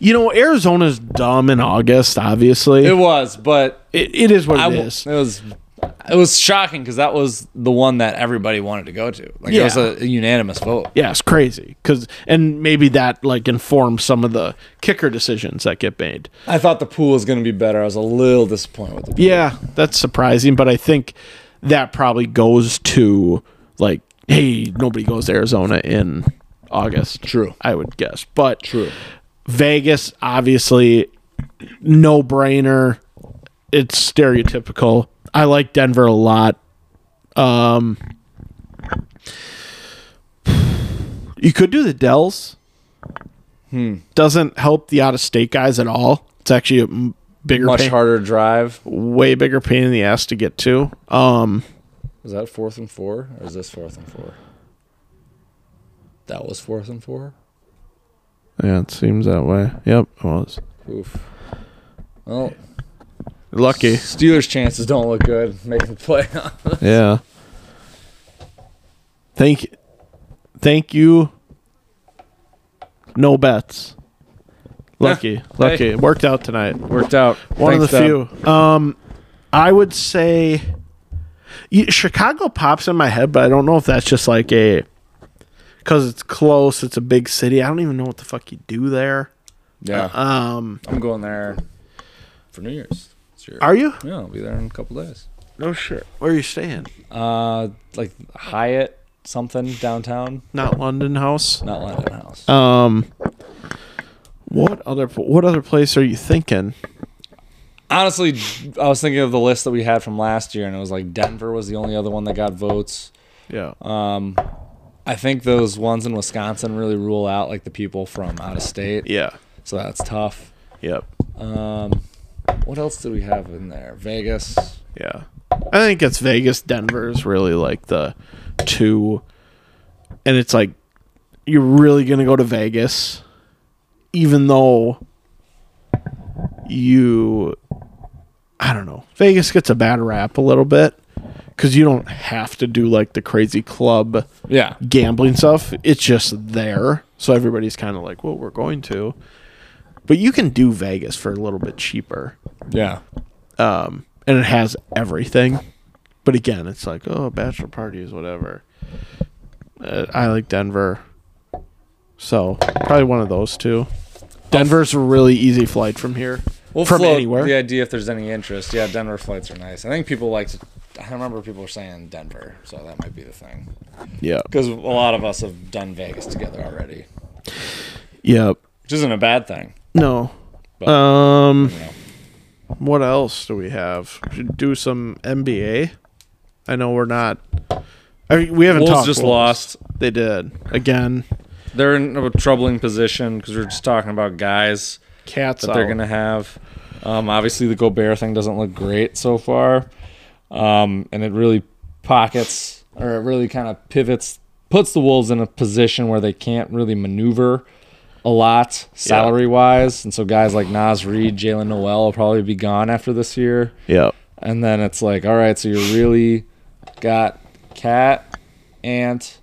you know, Arizona's dumb in August. Obviously, it was, but It- it is what I it w- is. it was it was shocking because that was the one that everybody wanted to go to. Like it was Yeah. a unanimous vote. Yeah, it's crazy because, and maybe that like informs some of the kicker decisions that get made. I thought the pool was going to be better. I was a little disappointed with the pool. Yeah, that's surprising, but I think that probably goes to like, hey, nobody goes to Arizona in August. True. I would guess, but True. Vegas, obviously, no brainer. It's stereotypical. I like Denver a lot. Um, you could do the Dells. Hmm. Doesn't help the out of state guys at all. It's actually a m- bigger, Much pain- harder drive. way bigger pain in the ass to get to. Um, Is that fourth and four, or is this fourth and four? That was fourth and four. yeah, it seems that way. Yep, it was Oof. Well, lucky. Steelers' chances don't look good making the playoff. Yeah. Thank thank you. No bets. Lucky. Lucky. It worked out tonight. Worked out. One of the few. Um I would say y- Chicago pops in my head, but I don't know if that's just like a cuz it's close, it's a big city. I don't even know what the fuck you do there. Yeah, Um I'm going there for New Year's. It's your- are you? yeah, I'll be there in a couple days. No sure. Where are you staying? Uh, like Hyatt something downtown, Not London House. not London House. Um what other what other place are you thinking? Honestly, I was thinking of the list that we had from last year, and it was like Denver was the only other one that got votes. Yeah. I think those ones in Wisconsin really rule out like the people from out of state. Yeah. So that's tough. Yep. What else do we have in there? Vegas. Yeah. I think it's Vegas, Denver is really like the two and it's like you're really gonna go to Vegas even though you I don't know. Vegas gets a bad rap a little bit because you don't have to do like the crazy club Yeah. gambling stuff. It's just there. So everybody's kind of like, well, we're going to. But you can do Vegas for a little bit cheaper. Yeah. um, and it has everything. But again, it's like oh, bachelor parties, whatever. Uh, I like Denver, so probably one of those two. Denver's a really easy flight from here, We'll from float anywhere. The idea if there's any interest. Yeah, Denver flights are nice. I think people like to I remember people were saying Denver, so that might be the thing. Yeah, Because a lot of us have done Vegas together already. yeah. Which isn't a bad thing. No. But- um, you know. what else do we have? We Should do some NBA. I know we're not. I mean, we haven't Wolves talked. just lost. They did again. They're in a troubling position because we're just talking about guys Cats. that they're out. going to have. Um, obviously, the Gobert thing doesn't look great so far, um, and it really pockets or it really kind of pivots, puts the Wolves in a position where they can't really maneuver a lot salary wise, and so guys like Nas Reed, Jalen Noel will probably be gone after this year, Yep. and then it's like, all right, so you really got Cat, Ant,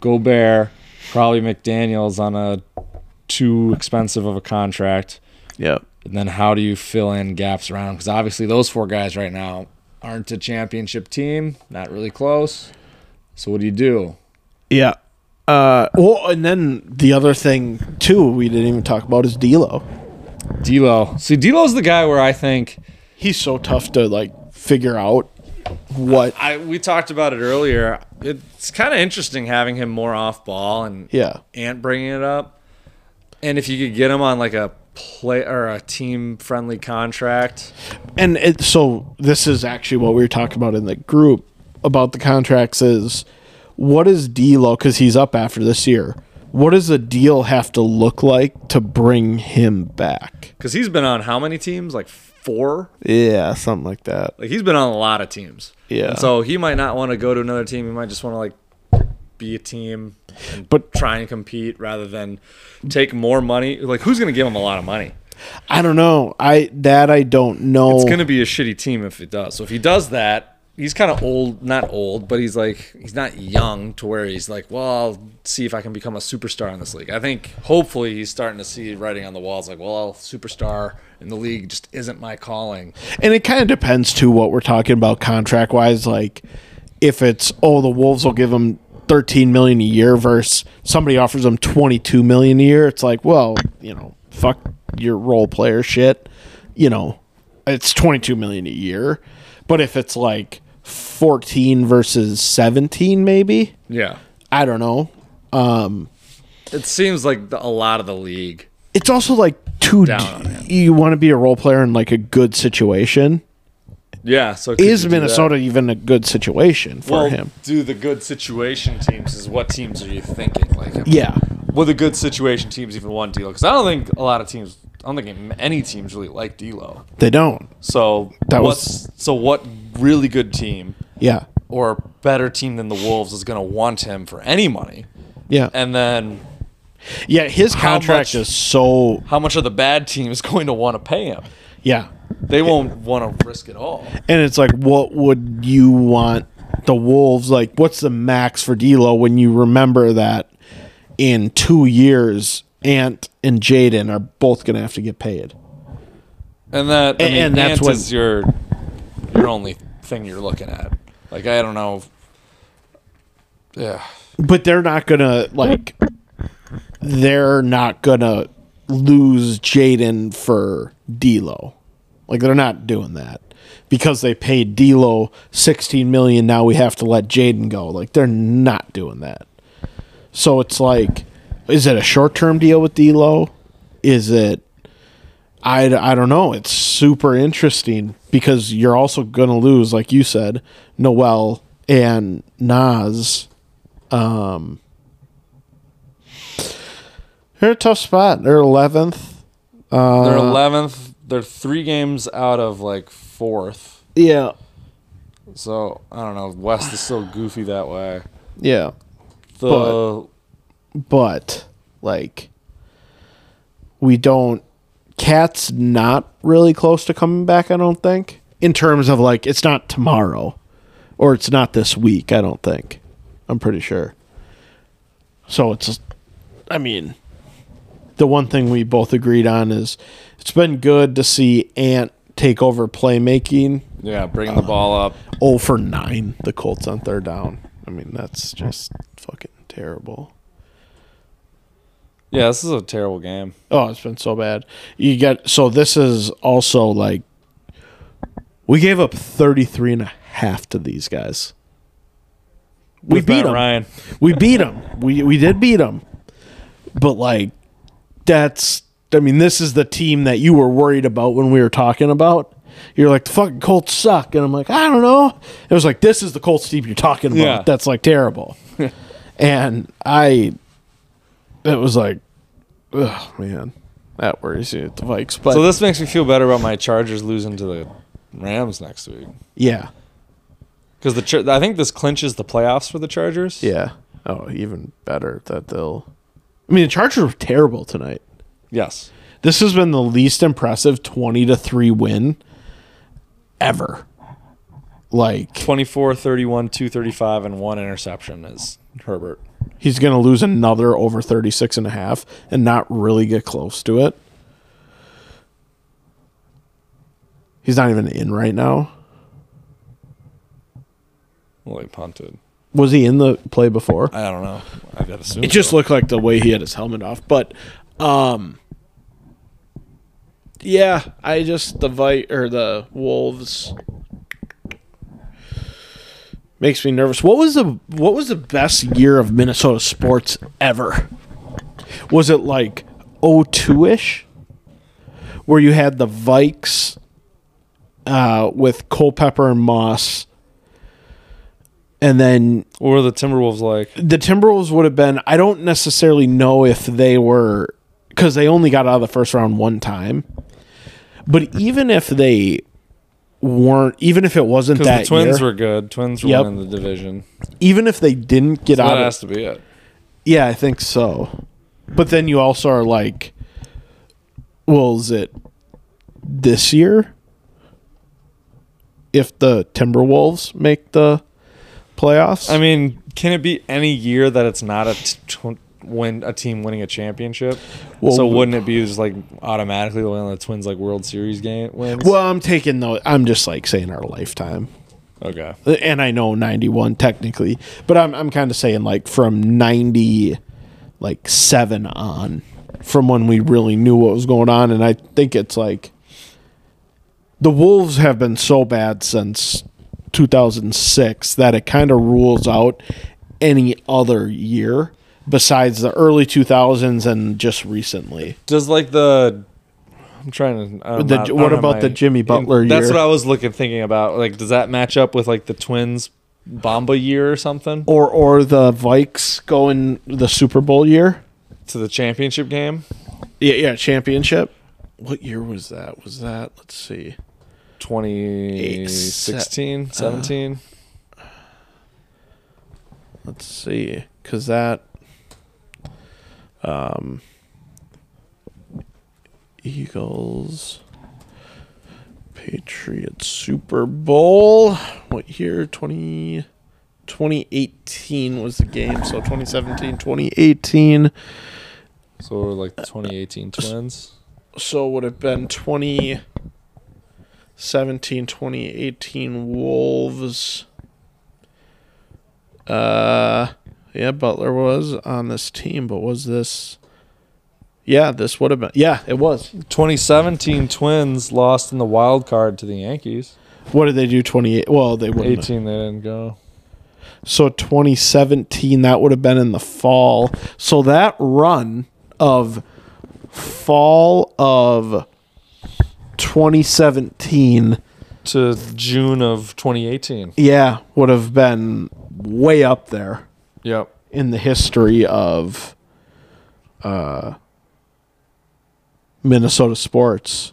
Gobert, probably McDaniel's on a too expensive of a contract. Yep. And then how do you fill in gaps around? Because obviously those four guys right now aren't a championship team, not really close. So what do you do? Yeah. Uh, well, and then the other thing too we didn't even talk about is D'Lo. D'Lo. See, D'Lo's the guy where I think He's so tough to like figure out what. I we talked about it earlier. It's kind of interesting having him more off ball and Yeah, Ant bringing it up. And if you could get him on like a play or a team friendly contract, and it, so this is actually what we were talking about in the group about the contracts is what is D'Lo because he's up after this year. What does the deal have to look like to bring him back? because he's been on how many teams? Like four. Yeah, something like that. Like he's been on a lot of teams. Yeah. And so he might not want to go to another team. He might just want to like be a team and But- try and compete rather than take more money. Like who's going to give him a lot of money? I don't know. I that I don't know. It's going to be a shitty team if it does. So if he does that, he's kind of old, not old, but he's like he's not young to where he's like, well, I'll see if I can become a superstar in this league. I think hopefully he's starting to see writing on the walls like, well, superstar in the league just isn't my calling. And it kind of depends to what we're talking about contract wise. Like if it's oh the Wolves will give him thirteen million a year versus somebody offers them twenty two million a year, it's like well you know fuck your role player shit. You know it's twenty two million a year, but if it's like fourteen versus seventeen, maybe Yeah. I don't know. Um, It seems like the, a lot of the league It's also like too. Down on him. you want to be a role player in like a good situation. Yeah. So could Is you do that? Minnesota even a good situation for well, him? Do the good situation teams is what teams are you thinking? Like, I mean, Yeah. will the good situation teams even want D'Lo? Because I don't think a lot of teams, I don't think any teams really like D'Lo. They don't. So That what's so what really good team Yeah. or better team than the Wolves is going to want him for any money? Yeah. And then yeah, his How contract much- is so how much are the bad teams going to want to pay him? yeah. They won't want to risk it all. And it's like what would you want the Wolves like what's the max for D'Lo when you remember that in 2 years Ant and Jaden are both going to have to get paid. And that I And- mean, and that's Ant what- is your your only thing you're looking at. Like I don't know. Yeah. But they're not going to like they're not going to lose Jaden for D'Lo. Like they're not doing that because they paid D'Lo 16 million. Now we have to let Jaden go. Like they're not doing that. So it's like, is it a short term deal with D'Lo? Is it? I, I don't know. It's super interesting because you're also going to lose, like you said, Noel and Nas. Um, they're a tough spot. They're 11th. They're Uh, eleventh. They're three games out of like fourth. Yeah. So I don't know. West is so goofy that way. Yeah. The But- but like we don't cat's not really close to coming back i don't think in terms of like it's not tomorrow or it's not this week i don't think i'm pretty sure so it's i mean the one thing we both agreed on is it's been good to see ant take over playmaking yeah, bringing the ball up. oh for 9 the colts on third down i mean that's just fucking terrible Yeah, this is a terrible game. Oh, it's been so bad. You get so this is also like we gave up 33 and a half to these guys. We With beat Matt them. Ryan. We beat them. We we did beat them. But like that's I mean this is the team that you were worried about when we were talking about. You're like the fucking Colts suck and I'm like I don't know. It was like this is the Colts team you're talking about. Yeah. That's like terrible. and I it was like oh man. That worries you at the Vikes. But So this makes me feel better about my Chargers losing to the Rams next week. yeah. Because the Char- I think this clinches the playoffs for the Chargers. Yeah. Oh, even better that they'll I mean the Chargers were terrible tonight. Yes. This has been the least impressive 20 to 3 win ever. Like 24, 31, 235, and one interception is Herbert. he's going to lose another over 36 and a half and not really get close to it. He's not even in right now. Well, he punted. Was he in the play before? I don't know. I've got to assume. It just so. looked like the way he had his helmet off, but um yeah, I just the Vi or the Wolves makes me nervous. What was the what was the best year of Minnesota sports ever? Was it like 02ish where you had the Vikes uh, with Culpepper and Moss and then What were the Timberwolves like? the Timberwolves would have been. I don't necessarily know if they were because they only got out of the first round one time. But even if they weren't, even if it wasn't Because that the Twins year, were good. Twins were Yep. winning the division. even if they didn't get That out, has of, to be it. yeah, I think so. But then you also are like, well, is it this year? If the Timberwolves make the playoffs, I mean, can it be any year that it's not a t- tw- win a team winning a championship? Well, so we- wouldn't it be just like automatically when the Twins like World Series game wins? well, I'm taking though. I'm just like saying our lifetime. Okay. and I know 91 technically, but I'm I'm kind of saying like from 90 like 7 on from when we really knew what was going on and I think it's like the Wolves have been so bad since 2006 that it kind of rules out any other year besides the early 2000s and just recently. Does like the I'm trying to. I'm The- not- I what don't have about my- the Jimmy Butler That's year? what I was looking thinking about. Like, does that match up with like the Twins Bomba year or something Or or the Vikes going the Super Bowl year? to the championship game? Yeah, yeah, championship. What year was that? Was that? Let's see. 2016, uh, 17. Let's see. Cause that. Um. Eagles. Patriots Super Bowl. What year? 20, 2018 was the game. So 2017, 2018. so we're like the 2018 Twins. so would have been 2017 2018 wolves uh yeah butler was on this team but was this yeah this would have been yeah it was 2017 Twins lost in the wild card to the Yankees. what did they do 28 well they wouldn't have. 18 they didn't go. so 2017 that would have been in the fall so that run of fall of 2017 To June of 2018. yeah, would have been way up there Yep. in the history of uh, Minnesota sports.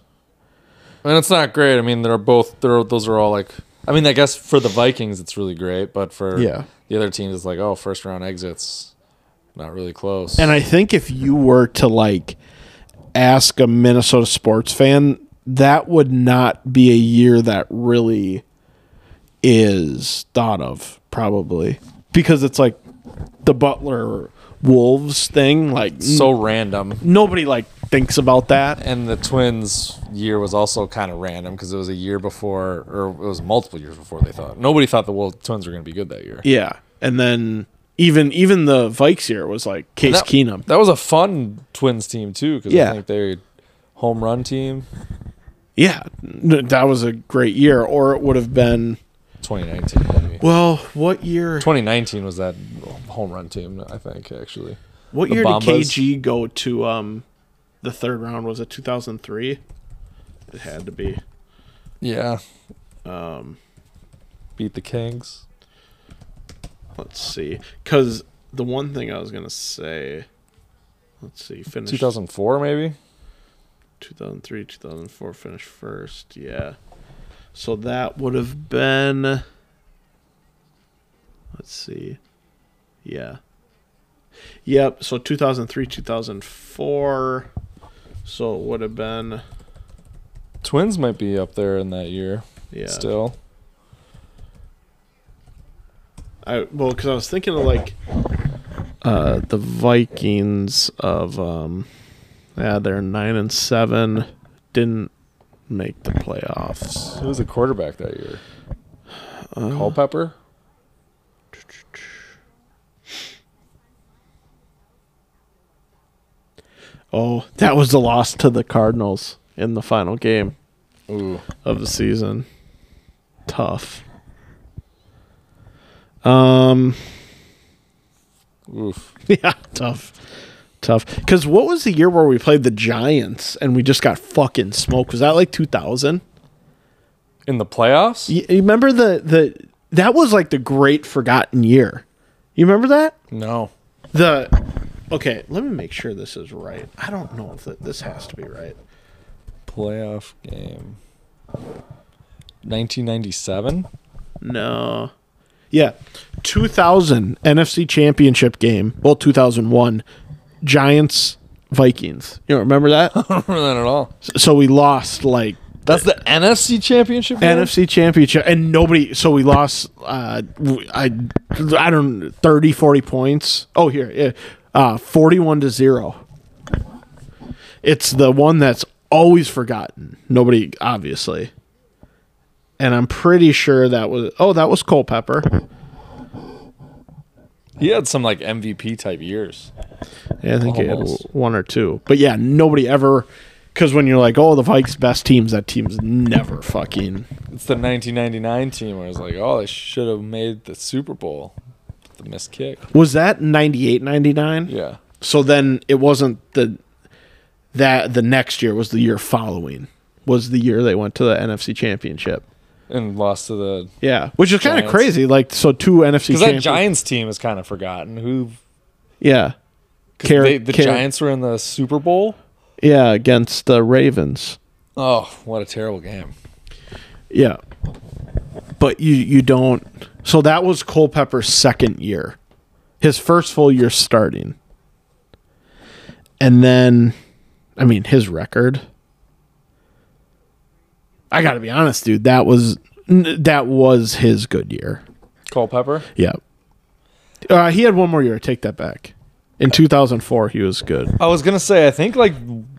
And it's not great. I mean, they're both they're those are all like I mean, I guess for the Vikings it's really great, but for Yeah. the other teams it's like, oh, first round exits. Not really close. And I think if you were to like ask a Minnesota sports fan, that would not be a year that really is thought of, probably. Because it's like the Butler Wolves thing, like n- so random. nobody like thinks about that. And the Twins year was also kind of random because it was a year before or it was multiple years before they thought. Nobody thought the Wolf Twins were going to be good that year. Yeah, and then even even the Vikes here was like Case that, Keenum. That was a fun Twins team too, because Yeah. I think they home run team. Yeah, n- that was a great year. Or it would have been 2019. Maybe. well, what year? 2019 was that home run team, I think actually. what the year Bombas. did KG go to? Um, the third round was it 2003? It had to be. Yeah. Um, Um, beat the Kings. Let's see, because the one thing I was gonna say. Let's see, finish 2004 maybe. 2003, 2004, finished first. Yeah. So that would have been. Let's see. Yeah. Yep. So 2003, 2004. So it would have been. Twins might be up there in that year Yeah. still. I well, because I was thinking of like. Uh, the Vikings of um, yeah, they're nine and seven. Didn't make the playoffs. Uh, Who was the quarterback that year? Culpepper. Oh, that was the loss to the Cardinals in the final game Ooh. of the season. Tough. Um, Oof. yeah, tough. Tough. Because what was the year where we played the Giants and we just got fucking smoked? Was that like 2000? In the playoffs? You, you remember the, the, that was like the great forgotten year. You remember that? No. The okay, let me make sure this is right. I don't know if th- this has to be right. Playoff game. 1997? No. Yeah. 2000 NFC Championship game. Well, 2001 Giants Vikings. You don't remember that? I don't remember that at all. S- so we lost like That's the NFC Championship game? NFC Championship and nobody so we lost uh w- I I don't 30 40 points. Oh, here. Yeah. Uh 41 to 0. It's the one that's always forgotten. Nobody obviously. And I'm pretty sure that was Oh, that was Culpepper. He had some like MVP type years. Yeah, I think he had Almost. one or two. But yeah, nobody ever because when you're like, oh, the Vikes' best teams, that team's never fucking. It's the 1999 team where I was like, oh, they should have made the Super Bowl. The missed kick. Was that 98, 99? Yeah. So then it wasn't the that the next year was the year following was the year they went to the NFC Championship. And lost to the. Yeah, which is kind of Giants. crazy. Like so, two Because NFC. that champions. Giants team is kind of forgotten. Who. Yeah. 'cause Car- they, the car- Giants were in the Super Bowl? Yeah, against the Ravens. Oh, what a terrible game. Yeah. But you you don't so that was Culpepper's second year. His first full year starting. And then I mean his record. I gotta be honest, dude, that was n- that was his good year. Culpepper? Yeah. Uh, he had one more year, take that back. In two thousand four he was good. I was gonna say, I think like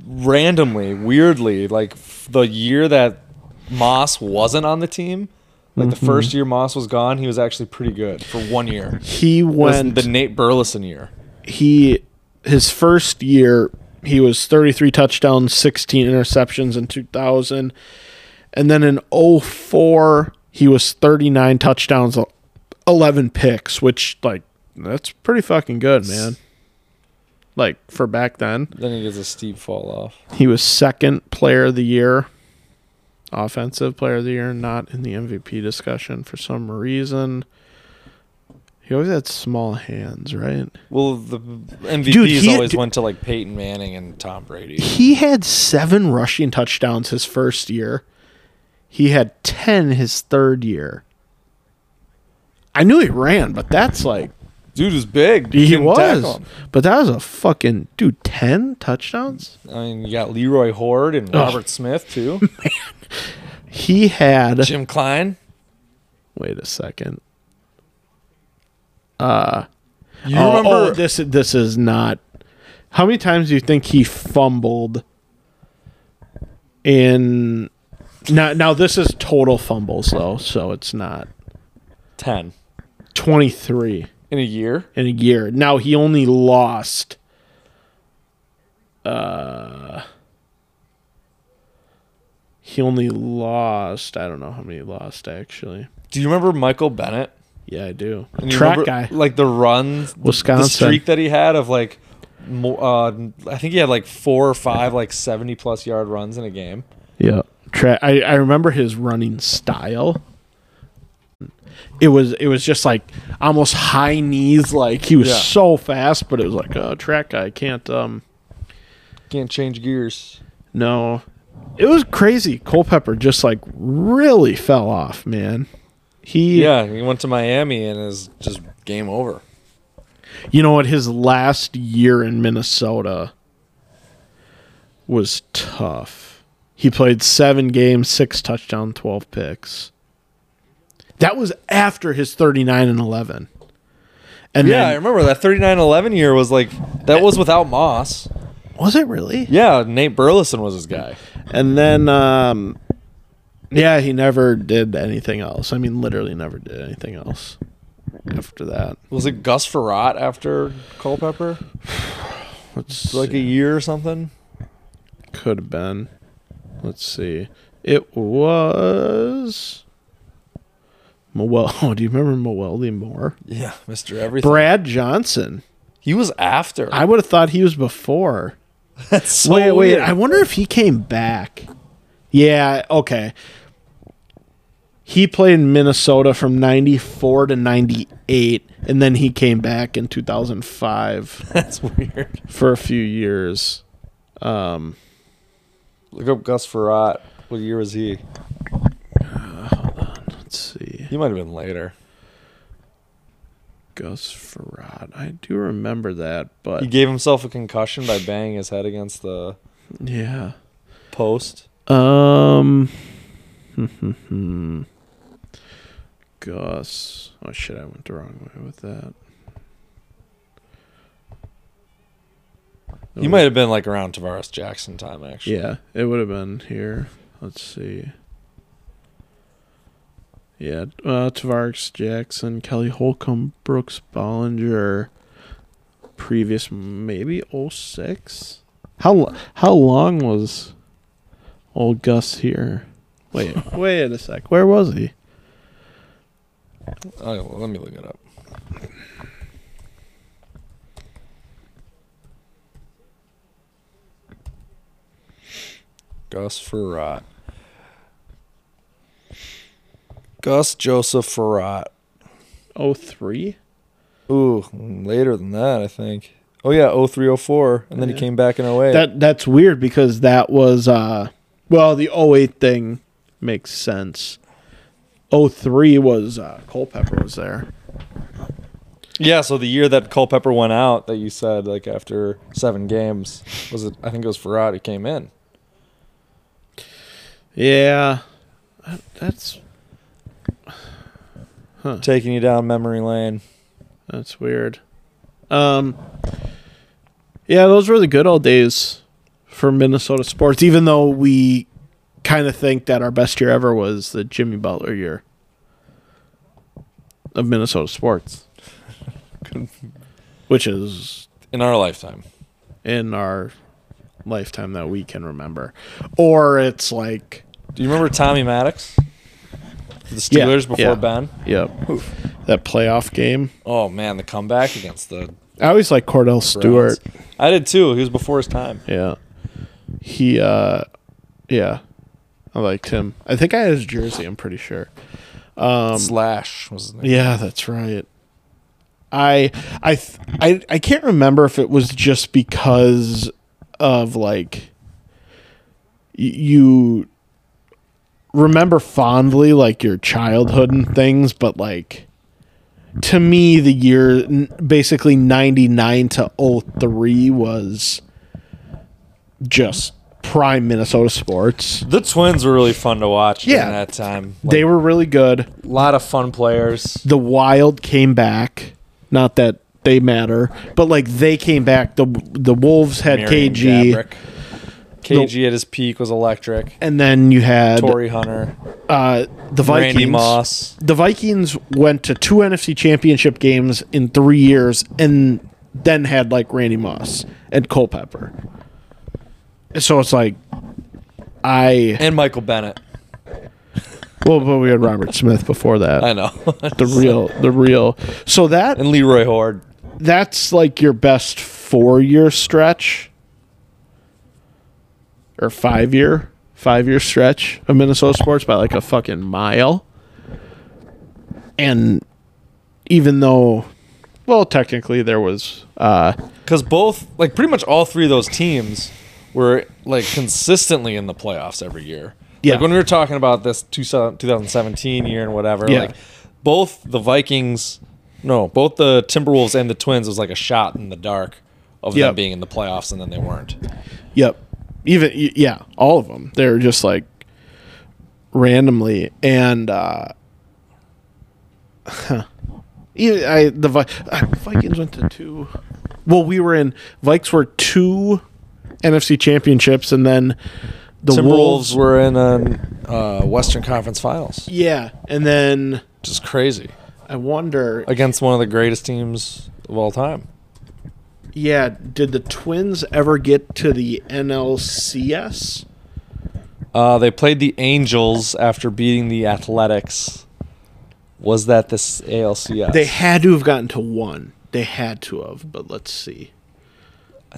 randomly, weirdly, like f- the year that Moss wasn't on the team, like Mm-hmm. the first year Moss was gone, he was actually pretty good for one year. He It was went the Nate Burleson year. he his first year he was 33 touchdowns 16 interceptions in 2000 and then in 04 he was 39 touchdowns 11 picks which like that's pretty fucking good man like for back then Then he gets a steep fall off. he was second player of the year offensive player of the year not in the mvp discussion for some reason he always had small hands right Well, the MVPs Dude, he- always d- went to like Peyton Manning and Tom Brady. he had seven rushing touchdowns his first year. He had ten his third year. I knew he ran, but that's like Dude was big. he Couldn't tackle was. him. But that was a fucking dude. Ten touchdowns. I mean, you got Leroy Horde and Robert Smith too. He had. Jim Klein. Wait a second. You oh, remember? oh, this? This is not. How many times do you think he fumbled? In now, now this is total fumbles though, so it's not Ten twenty three. in a year. in a year. Now he only lost uh he only lost I don't know how many he lost actually. Do you remember Michael Bennett? Yeah, I do. And you Track remember, guy. Like the runs, Wisconsin. the streak that he had of like, mo- uh, I think he had like four or five like seventy plus yard runs in a game. Yeah. Tra- I, I remember his running style. It was it was just like almost high knees like he was Yeah. so fast but it was like oh track guy can't um Can't change gears. No. It was crazy. Culpepper just like really fell off, man. He Yeah, he went to Miami and is just game over. You know what? His last year in Minnesota was tough. He played seven games, six touchdown, twelve picks. That was after his thirty-nine and eleven. And Yeah, I then, remember that 39-11 year was like that was without Moss. was it really? Yeah, Nate Burleson was his guy. And then, um, yeah, he never did anything else. I mean, literally never did anything else after that. Was it Gus Ferrat after Culpepper? Let's like a see. year or something. could have been. Let's see. It was. Moel. Oh, do you remember Moeldy Moore? Yeah, Mister Everything. Brad Johnson. he was after. I would have thought he was before. That's so wait, wait. weird. I wonder if he came back. Yeah, okay. He played in Minnesota from 94 to 98, and then he came back in 2005 That's weird. for a few years. Look up Gus Ferrat. What year was he? Let's see. He might have been later. Gus Farad. I do remember that, He but gave himself a concussion by banging his head against the yeah. post. Um. Gus. Oh shit! I went the wrong way with that. He might have been like around Tavares Jackson time, actually. Yeah, it would have been here. Let's see. Yeah, uh, Tavares Jackson, Kelly Holcomb, Brooks Bollinger. Previous, maybe 06? How lo- how long was old Gus here? Wait, wait a sec. Where was he? Oh, well, let me look it up. Gus Ferrat. Gus Joseph Ferrat. 03? Ooh, later than that, I think. Oh yeah, 0304 and then he came back in 08. That that's weird because that was uh well, the 08 thing makes sense. 03 was uh Culpepper was there. yeah, so the year that Culpepper went out that you said like after 7 games was it I think it was Ferrat who came in. Yeah, Uh, that's Taking you down memory lane. that's weird. Um, yeah, those were the good old days for Minnesota sports. Even though we kind of think that our best year ever was the Jimmy Butler year of Minnesota sports, which is In our lifetime. in our lifetime that we can remember, or it's like Do you remember Tommy Maddox? The Yeah, Steelers before yeah. Ben? yep, that playoff game. Oh man, the comeback against the I always like Cordell Stewart. Browns. I did too. He was before his time. Yeah. He uh yeah. I liked him. I think I had his jersey, I'm pretty sure. Slash was his name. Um, Yeah, that's right. I I th- I I can't remember if it was just because of like y- you remember fondly like your childhood and things, but like to me the year n- basically 99 to 03 was just prime Minnesota sports. The Twins were really fun to watch during Yeah. that time. They were really good. a lot of fun players. the Wild came back. Not that they matter, but like they came back. the The Wolves had Marion KG, Gabrick. KG at his peak was electric. and then you had Torrey Hunter, uh, the Vikings. Randy Moss. The Vikings went to two NFC Championship games in three years, and then had like Randy Moss and Culpepper. So it's like, I And Michael Bennett. well, but we had Robert Smith before that. I know. The real, the real. So that and Leroy Horde. that's like your best four year stretch or five year five year stretch of Minnesota sports by like a fucking mile. And even though well technically there was uh Because both, like pretty much all three of those teams were like consistently in the playoffs every year. Yeah. Like when we were talking about this two, 2017 year and whatever, Yeah. like both the Vikings, no, both the Timberwolves and the Twins was like a shot in the dark of Yeah. them being in the playoffs and then they weren't. Yep. Even y- yeah, all of them. They're just like randomly and uh even I the Vi- uh, Vikings went to two. Well, we were in Vikes were two NFC championships and then the Timberwolves Wolves were in an uh, Western Conference Finals, yeah, and then which is crazy I wonder against one of the greatest teams of all time. Yeah, did the Twins ever get to the NLCS? Uh, they played the Angels after beating the Athletics. Was that this ALCS? They had to have gotten to one. They had to have, but let's see.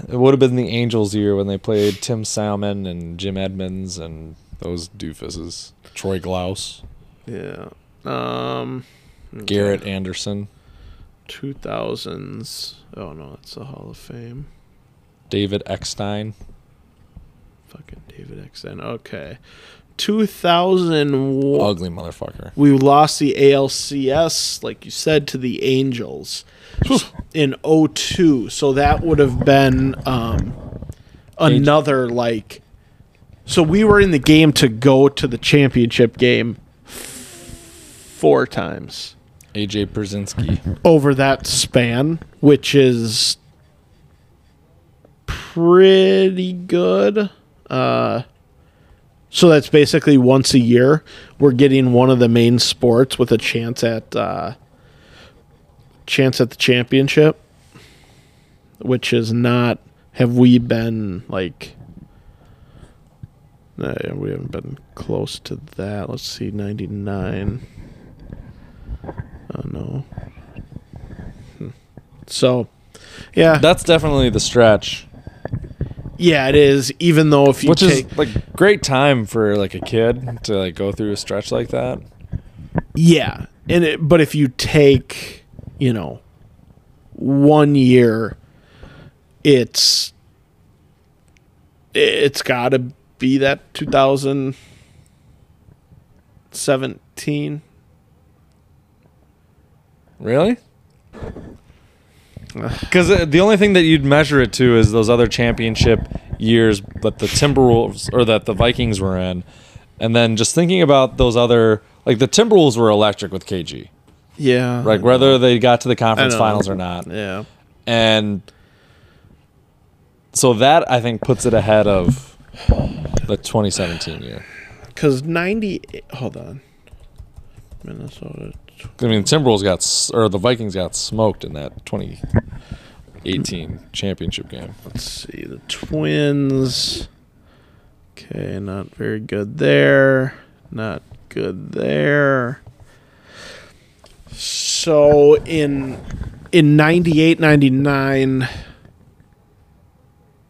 it would have been the Angels year when they played Tim Salmon and Jim Edmonds and those doofuses. Troy Glaus, Yeah. Um Garrett Anderson, 2000s. Oh no, it's the Hall of Fame. David Eckstein. Fucking David Xen. Okay. 2001. Ugly motherfucker. we lost the ALCS, like you said, to the Angels in 02. So that would have been um, another, like. So we were in the game to go to the championship game f- four times AJ Brzezinski. over that span, which is pretty good. Uh, so that's basically once a year we're getting one of the main sports with a chance at uh, chance at the championship, which is not. Have we been like? Uh, we haven't been close to that. Let's see, ninety nine. Oh no. Hmm. So, yeah, That's definitely the stretch. yeah, it is. Even though if you which take, is like great time for like a kid to like go through a stretch like that. yeah, and it, but if you take, you know, one year, it's it's got to be that 2017. Really? Because uh, the only thing that you'd measure it to is those other championship years that the Timberwolves or that the Vikings were in, and then just thinking about those other like the Timberwolves were electric with KG, Yeah, like whether they got to the conference Mm-hmm. know. finals or not, yeah, and so that I think puts it ahead of the 2017 year. because 90. Hold on, Minnesota. I mean, the Timberwolves got s- or the Vikings got smoked in that 2018 championship game. Let's see the twins. Okay, not very good there. Not good there. So in in 98 99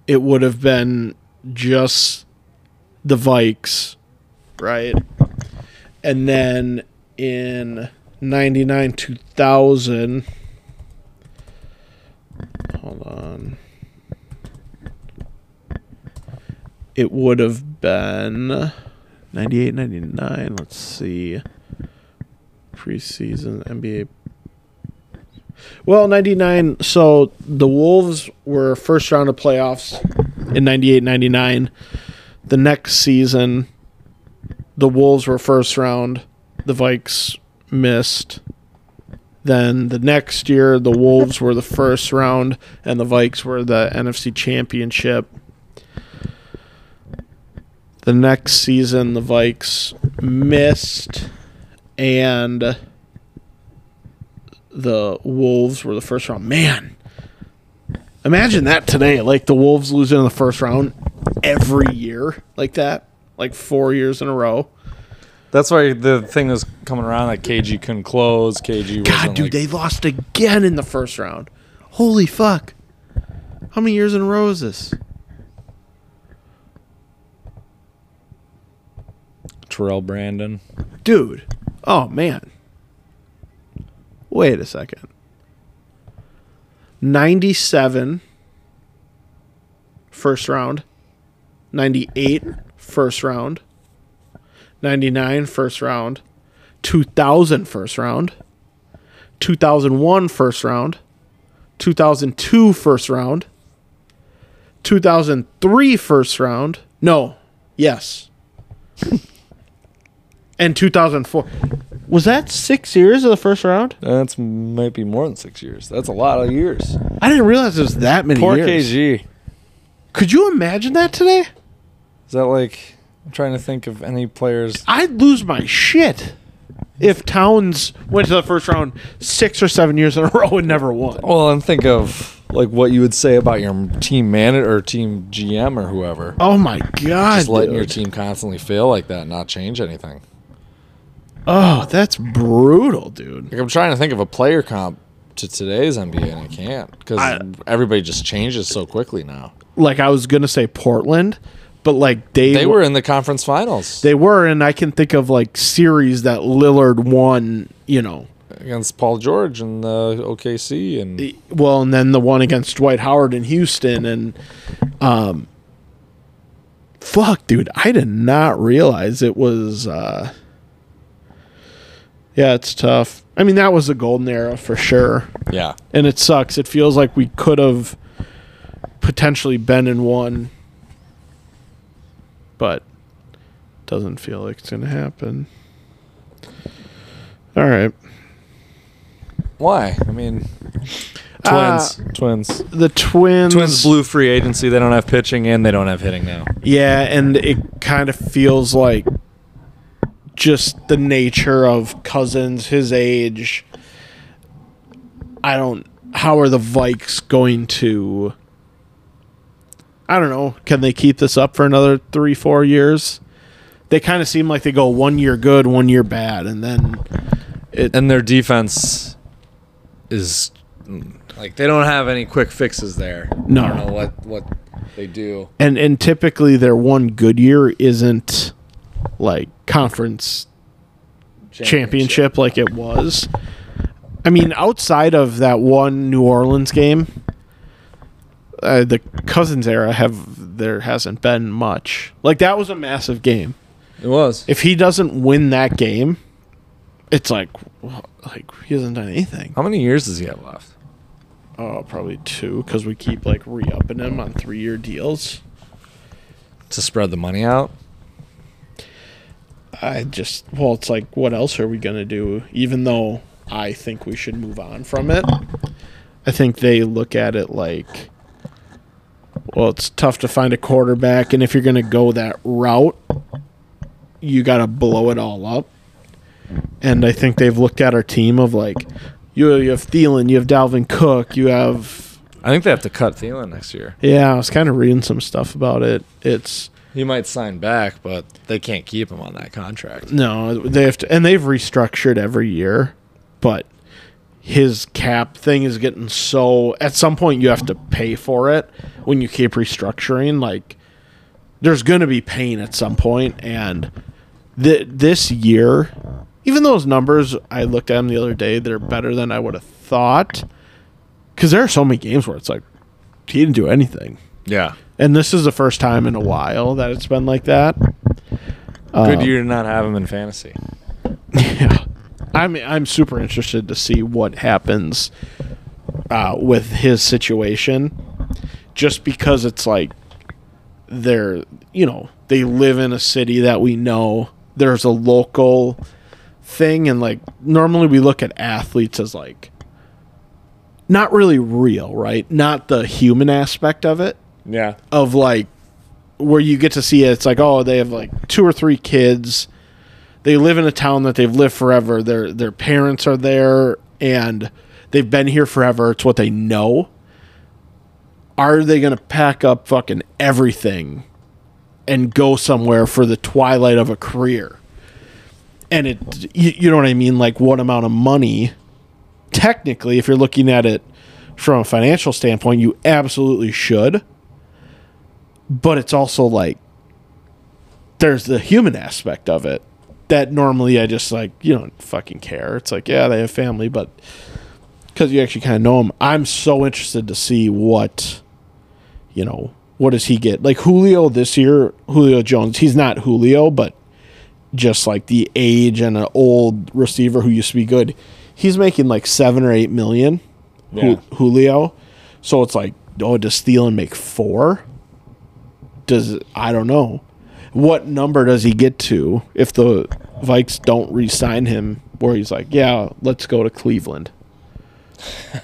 it would have been just the Vikes, right? And then in 99 2000 Hold on it would have been 98 99 let's see preseason nba well 99 so the wolves were first round of playoffs in 98 99 the next season the wolves were first round the vikes missed then the next year the wolves were the first round and the vikes were the nfc championship the next season the Vikes missed and the Wolves were the first round. Man. Imagine that today. Like the Wolves losing in the first round every year like that. Like four years in a row. That's why the thing was coming around like KG couldn't close. KG God, wasn't dude, like, they lost again in the first round. Holy fuck. How many years in a row is this? Terrell Brandon. Dude. Oh man. Wait a second. 97 first round. 98 first round. 99 first round. 2000 first round. 2001 first round. 2002 first round. 2003 first round. No. Yes and 2004. Was that six years of the first round? That's might be more than six years. That's a lot of years. I didn't realize it was that many Poor years. KG. Could you imagine that today? Is that like I'm trying to think of any players? I'd lose my shit if Towns went to the first round six or seven years in a row and never won. Oh, Well, and think of like what you would say about your team manager or team GM or whoever. Oh my god. Just letting your dude. team constantly fail like that, and not change anything. oh, that's brutal, dude. Like I'm trying to think of a player comp to today's NBA, and I can't because I- everybody just changes so quickly now. Like I was gonna say Portland, but like they They were in the conference finals they were, and I can think of like series that Lillard won. You know, against Paul George and uh, the OKC, and E well, and then the one against Dwight Howard in Houston, and um, fuck, dude, I did not realize it was. uh Yeah, it's tough. I mean, that was the golden era for sure, yeah, and it sucks. It feels like we could have potentially been in one, but doesn't feel like it's gonna happen. All right. why? I mean, twins, Uh, twins, The twins. twins blew free agency. They don't have pitching and they don't have hitting now. Yeah, and it kind of feels like just the nature of cousins his age. I don't. How are the Vikes going to? I don't know. Can they keep this up for another three, four years? They kind of seem like they go one year good, one year bad, and then and their defense is mm, like they don't have any quick fixes there. No. I don't know what what they do. and and typically their one good year isn't like conference championship like it was. I mean, outside of that one New Orleans game, uh, the Cousins era have there hasn't been much. Like that was a massive game. It was. If he doesn't win that game, it's like wh- like he hasn't done anything. How many years does he have left? Oh, probably two because we keep like re-upping him on three-year deals. To spread the money out? I just well, it's like what else are we gonna do? Even though I think we should move on from it, I think they look at it like, well, it's tough to find a quarterback, and if you're gonna go that route, you gotta blow it all up. And I think they've looked at our team of like, you you have Thielen, you have Dalvin Cook, you have I think they have to cut Thielen next year. yeah. I was kind of reading some stuff about it. It's He might sign back, but they can't keep him on that contract. No, they have to, and they've restructured every year, but his cap thing is getting so. At some point, you have to pay for it when you keep restructuring. Like, there's going to be pain at some point, and th- this year, even those numbers I looked at them the other day, they're better than I would have thought. Because there are so many games where it's like he didn't do anything, Yeah. and this is the first time in a while that it's been like that. Uh, Good year to not have him in fantasy. Yeah. I'm I'm super interested to see what happens uh, with his situation, just because it's like they're you know they live in a city that we know. There's a local thing, and like normally we look at athletes as like not really real, right? Not the human aspect of it Yeah. of like where you get to see it. It's like oh, they have like two or three kids. They live in a town that they've lived forever. Their their parents are there and they've been here forever. It's what they know. Are they going to pack up fucking everything and go somewhere for the twilight of a career? And it you, you know what I mean like what amount of money technically if you're looking at it from a financial standpoint, you absolutely should but it's also like there's the human aspect of it that normally I just like you don't fucking care. It's like yeah, they have family, but because you actually kind of know them, I'm so interested to see what you know. What does he get? Like Julio this year, Julio Jones. He's not Julio, but just like the age and an old receiver who used to be good. He's making like seven or eight million, Ju- Yeah. Julio. So it's like, oh, does Thielen make four? does I don't know. What number does he get to if the Vikes don't re-sign him? Where he's like, yeah, let's go to Cleveland.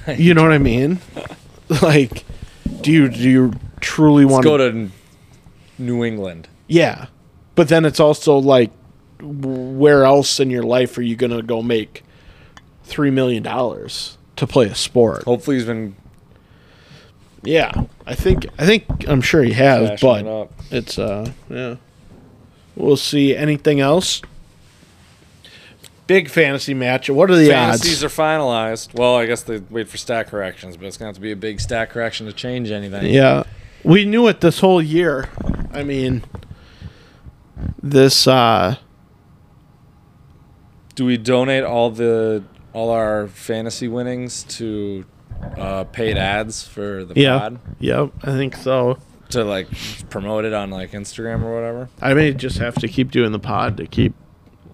you know what I mean? Like, do you do you truly want Go to New England. Yeah, but then it's also like, w- where else in your life are you gonna go make three million dollars to play a sport? Hopefully he's been Yeah, I think I think I'm sure he has, Smashing it but up. it's uh yeah. We'll see. Anything else? Big fantasy match. What are the Fantasies odds? are finalized. Well, I guess they wait for stat corrections, but it's gonna have to be a big stat correction to change anything. yeah, we knew it this whole year. I mean, this uh Do we donate all the all our fantasy winnings to uh, paid ads for the yeah pod yep. I think so. to like promote it on like Instagram or whatever I may just have to keep doing the pod to keep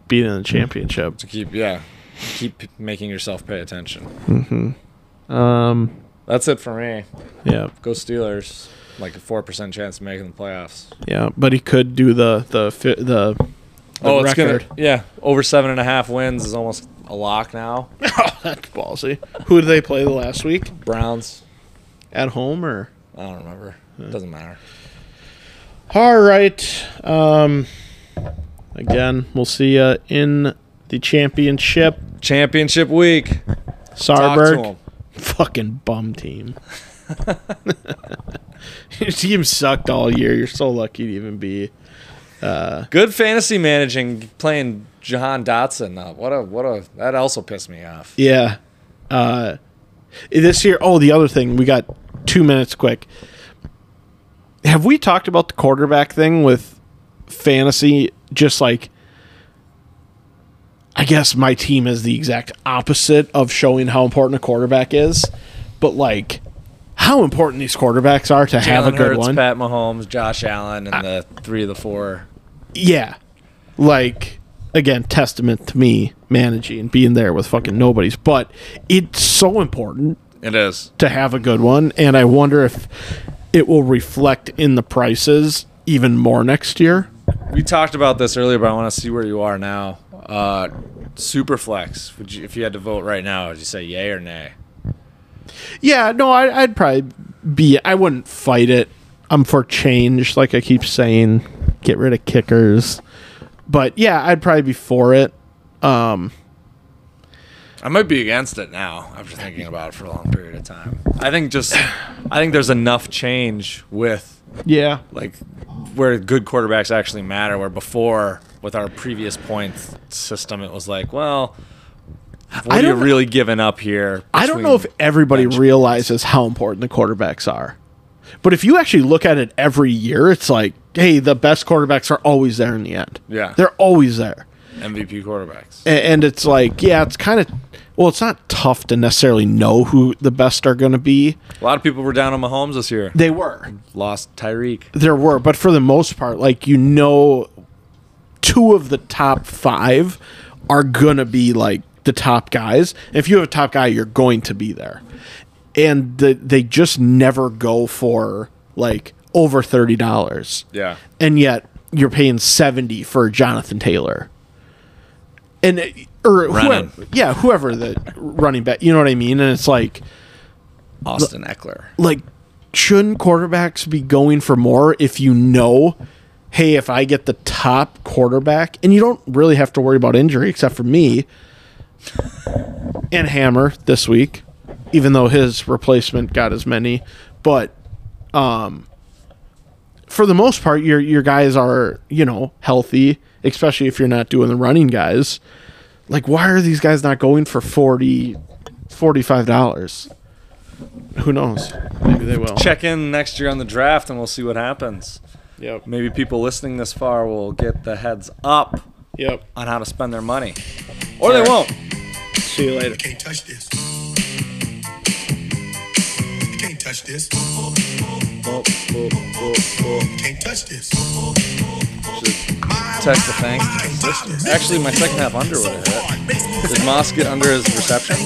beating the championship. to keep yeah keep making yourself pay attention. Um, That's it for me. yeah, Go Steelers. Like a four percent chance of making the playoffs. yeah, but he could do the the fi- the. the oh, it's record. gonna yeah. Over seven and a half wins is almost a lock now. Oh, that's ballsy. Who did they play the last week? Browns. At home or? I don't remember. Doesn't matter. All right. Um, again, we'll see you in the championship. Championship week. Talk to 'em. Sarberg, fucking bum team. Your team sucked all year. You're so lucky to even be. Good fantasy managing playing Jahan Dotson. Uh, what a what a that also pissed me off. Yeah. Uh, this year. Oh, the other thing. We got two minutes quick. Have we talked about the quarterback thing with fantasy? Just like, I guess my team is the exact opposite of showing how important a quarterback is, but like, how important these quarterbacks are to have a Jalen good Hurts, one. Pat Mahomes, Josh Allen, and the three of the four. Yeah. Like again, testament to me managing and being there with fucking nobodies, but it's so important It is. to have a good one, and I wonder if it will reflect in the prices even more next year. We talked about this earlier, but I want to see where you are now. Uh, Superflex. Would you, if you had to vote right now, would you say yay or nay? Yeah, no, I, I'd probably be. I wouldn't fight it. I'm for change, like I keep saying. Get rid of kickers, but yeah, I'd probably be for it. I might be against it now after thinking about it for a long period of time. I think just, I think there's enough change with Yeah, like where good quarterbacks actually matter. Where before, with our previous points system, it was like, well, what I are you don't- really giving up here? I don't between- know if e-, everybody bench realizes how important the quarterbacks are. But if you actually look at it every year, it's like, hey, the best quarterbacks are always there in the end. Yeah. They're always there. MVP quarterbacks. A- And it's like, yeah, it's kind of, well, it's not tough to necessarily know who the best are going to be. A lot of people were down on Mahomes this year. They were. Lost Tyreek. There were. But for the most part, like, you know, two of the top five are going to be like the top guys. If you have a top guy, you're going to be there. And the, they just never go for like over $30. Yeah. And yet you're paying 70 for Jonathan Taylor. And uh, or Running. whoever, yeah, whoever the running back, you know what I mean? And it's like Austin Eckler. like shouldn't quarterbacks be going for more if you know hey if i get the top quarterback and you don't really have to worry about injury except for me and hammer this week even though his replacement got as many but um for the most part your your guys are you know healthy especially if you're not doing the running guys like why are these guys not going for 40 45 dollars who knows maybe they will Check in next year on the draft and we'll see what happens. Yep. Maybe people listening this far will get the heads up Yep. on how to spend their money. Or they won't. See you later. Can't touch this. You can't touch this. You can't touch this. Text the thanks. Actually, my second half under would have hit. Did Moss get under his reception?